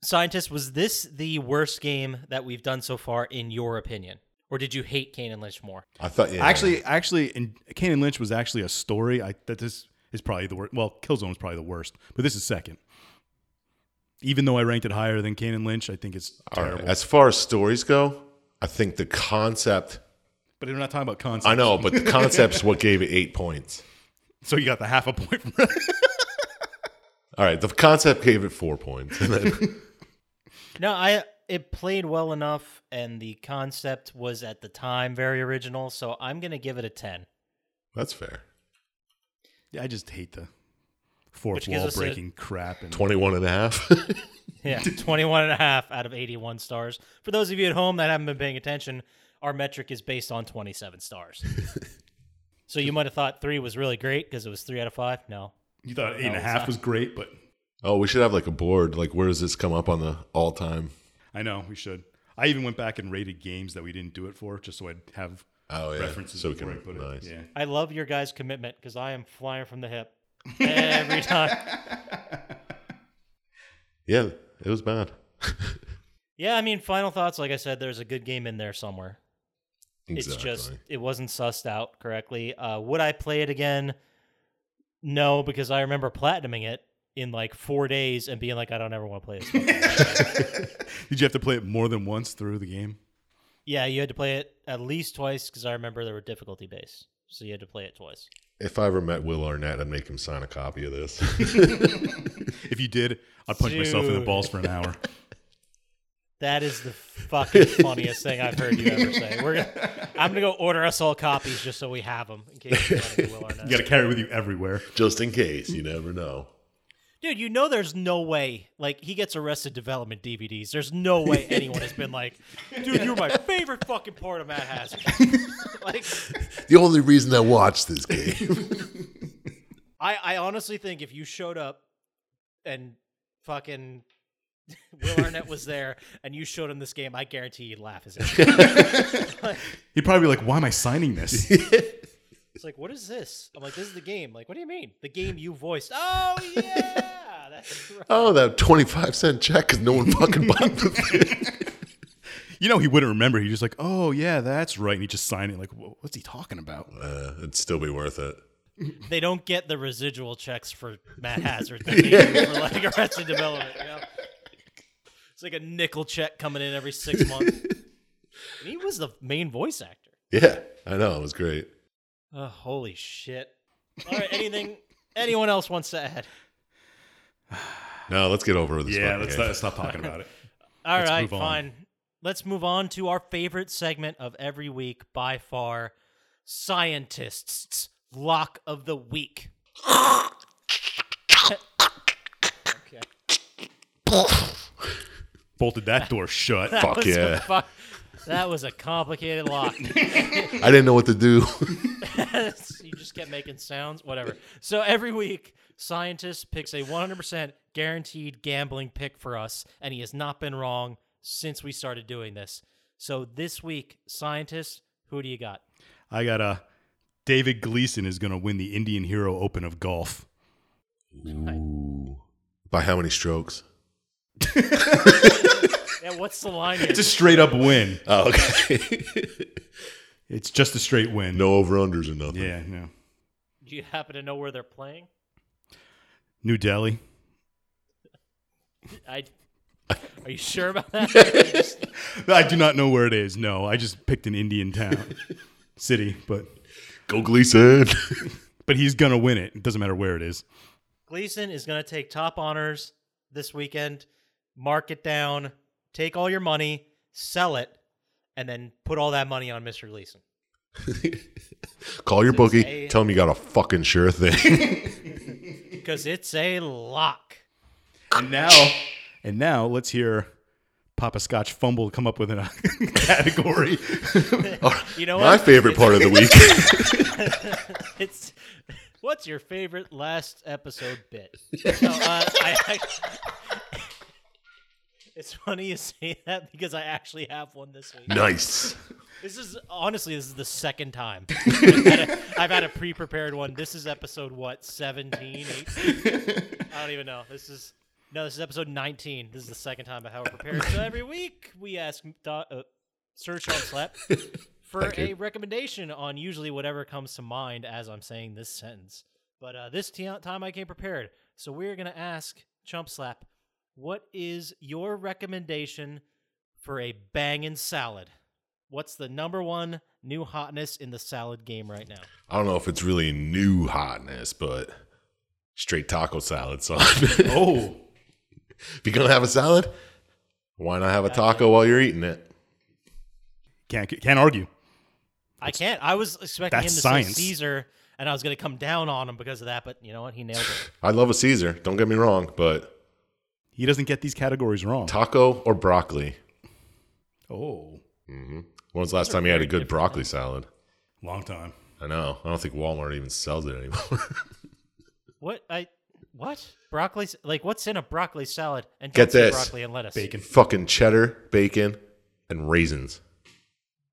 Scientist, was this the worst game that we've done so far in your opinion, or did you hate Kane and Lynch more?
I thought yeah.
Actually, actually, and Kane Lynch was actually a story. I that this is probably the worst. Well, Killzone is probably the worst, but this is second. Even though I ranked it higher than Kane and Lynch, I think it's
All right.
terrible.
as far as stories go, I think the concept.
But we're not talking about concepts.
I know, but the concept's what gave it eight points.
So you got the half a point from that.
All right, the concept gave it four points. And then-
No, I it played well enough, and the concept was at the time very original. So I'm gonna give it a ten,
That's fair.
Yeah, I just hate the fourth
Which gives
wall
us a-
breaking crap. And
21 and a half.
yeah, 21 and a half out of 81 stars. For those of you at home that haven't been paying attention, our metric is based on 27 stars. so you might have thought three was really great because it was three out of five. No,
you thought eight
No,
and a
it's
half
not.
was great, but
oh, we should have like a board. Like, where does this come up on the all time?
I know we should. I even went back and rated games that we didn't do it for, just so I'd have
Oh, yeah.
references
so we
before
can
I put
nice.
it. Yeah.
I love your guys' commitment because I am flying from the hip every time.
Yeah, it was bad.
Yeah, I mean, final thoughts. Like I said, there's a good game in there somewhere. It's just
Exactly.
it wasn't sussed out correctly. Uh, would I play it again? No, because I remember platinuming it in like four days and being like, I don't ever want to play this. fucking game."
Did you have to play it more than once through the game?
yeah, you had to play it at least twice because I remember there were difficulty base, so you had to play it twice.
If I ever met Will Arnett, I'd make him sign a copy of this.
If you did, I'd punch myself in the
Dude.
balls for an hour.
That is the fucking funniest thing I've heard you ever say. We're gonna, I'm gonna go order us all copies just so we have them in case we run into Will Arnett.
You got to carry it with you everywhere.
just in case, you never know.
Dude, you know there's no way. Like he gets Arrested Development DVDs. There's no way anyone has been like, dude, you're my favorite fucking part of Mad Hazard. like,
The only reason I watched this game.
I, I honestly think if you showed up and fucking Will Arnett was there and you showed him this game, I guarantee you'd laugh his ass. off.
He'd probably be like, "Why am I signing this?"
It's like, what is this? I'm like, this is the game. Like, what do you mean? The game you voiced. Oh yeah, that's right.
oh, that 25 cent check because no one fucking bought the thing.
you know, he wouldn't remember. He's just like, "Oh yeah, that's right," and he just signed it. Like, "Wha- what's he talking about?
Uh, it'd still be worth it.
they don't get the residual checks for Matt Hazard that they do for like Arrested Development. You know? It's like a nickel check coming in every six months. And he was the main voice actor.
Yeah, I know. It was great.
Oh, holy shit! All right, anything anyone else wants to add?
No, let's get over this.
yeah,
fucking
let's,
game.
let's stop talking about it.
All right,
Let's move on.
fine. Let's move on to our favorite segment of every week by far: scientists' lock of the week. okay.
Bolted that door shut.
That was a
yeah.
fu- that was a complicated lock.
I didn't know what to do.
you just kept making sounds, whatever. So every week, scientist picks a 100% guaranteed gambling pick for us, and he has not been wrong since we started doing this. So this week, scientist, who do you got?
I got a David Gleason is going to win the Indian Hero Open of golf.
Ooh. By how many strokes?
Yeah, what's the line here?
It's a straight up win.
Oh, okay.
It's just a straight win.
no over unders or nothing.
Yeah, no.
do you happen to know where they're playing?
New Delhi.
I. Are you sure about that?
I do not know where it is. No, I just picked an Indian town, city, but
Go Gleason.
but he's going to win it. It doesn't matter where it is.
Gleason is going to take top honors this weekend. Mark it down. Take all your money, sell it, and then put all that money on Mr. Gleason.
Call your bookie.
a-
Tell him you got a fucking sure thing.
Because it's a lock.
And now, and now let's hear Papa Scotch fumble come up with a category.
You know
My
what?
favorite part of the week.
It's what's your favorite last episode bit? No, uh, I, I- it's funny you say that because I actually have one this week.
nice.
This is honestly this is the second time I've had a- I've had a pre-prepared one. This is episode what 17, 18? I don't even know. This is no, this is episode 19. This is the second time I have it prepared. So every week we ask do- uh, search on Slap for
Thank
a
you.
recommendation on usually whatever comes to mind as I'm saying this sentence. But uh, this t- time I came prepared. So we're going to ask Chump Slap, what is your recommendation for a bangin' salad? What's the number one new hotness in the salad game right now?
I don't know if it's really new hotness, but straight taco salad. So
Oh,
if you're gonna have a salad, why not have a taco while you're eating it?
can't can't argue.
I can't. I was expecting him to
that's
say
science.
Caesar, and I was going to come down on him because of that. But you know what? He nailed it.
I love a Caesar. Don't get me wrong, but
He doesn't get these categories wrong.
taco or broccoli.
Oh,
When was the last time you had a good broccoli salad?
long time.
I know. I don't think Walmart even sells it anymore.
what I what broccoli? s- Like what's in a broccoli salad? And don't
Get
say
this.
broccoli and lettuce,
Bacon.
Fucking cheddar, bacon, and raisins.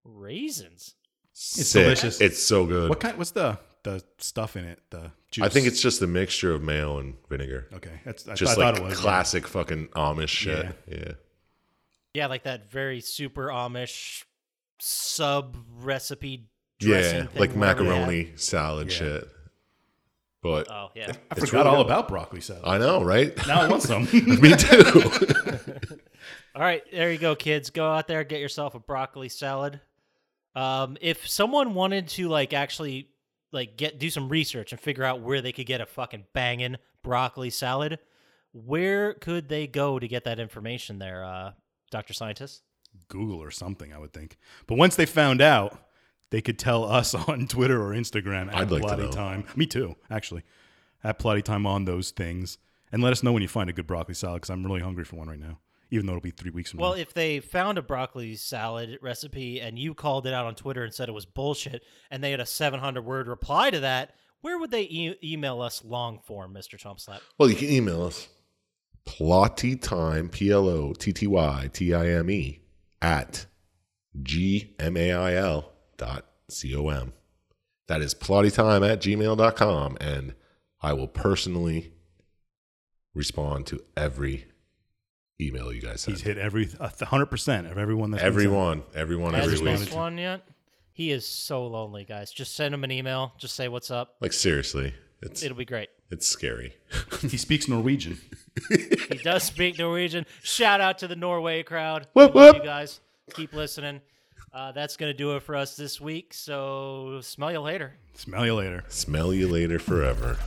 raisins.
It's
delicious.
It's so good.
What kind? What's the the stuff in it? The juice.
I think it's just a mixture of mayo and vinegar.
okay. That's I,
Just
I
like
thought it was
classic fucking Amish shit. Yeah.
Yeah, like that very super Amish sub recipe
Yeah.
dressing. thing,
like
whatever they have.
macaroni salad
Yeah.
shit. But
Oh yeah,
I
It's
forgot
really
all
good.
about broccoli salad.
I know, right?
now I want some.
Me too.
All right, there you go, kids. Go out there, get yourself a broccoli salad. Um, if someone wanted to like actually like get do some research and figure out where they could get a fucking banging broccoli salad, where could they go to get that information there, uh, Doctor Scientist?
Google or something, I would think. But once they found out, they could tell us on Twitter or Instagram at
I'd like to
Plotty
know.
Time. Me too, actually. At Plotty Time on those things. And let us know when you find a good broccoli salad because I'm really hungry for one right now, even though it'll be three weeks from
Well,
now.
if they found a broccoli salad recipe and you called it out on Twitter and said it was bullshit, and they had a seven hundred word reply to that, where would they e- email us long form, Mister Chompslap?
well, you can email us. Plottytime, P L O T T Y T I M E, at G M A I L dot C O M. That is plottytime at gmail.com. And I will personally respond to every email you guys
He's hit
send.
every a th- 100% of everyone that's been sent.
Everyone, everyone,
Has
every
he
week.
missed one yet? He is so lonely, guys. Just send him an email. Just say what's up.
Like, seriously, it's,
It'll be great.
it's scary.
he speaks Norwegian.
He does speak Norwegian. Shout out to the Norway crowd.
Whoop,
We love
whoop.
You guys, keep listening. Uh, that's gonna do it for us this week. So smell you later.
Smell you later.
Smell you later forever.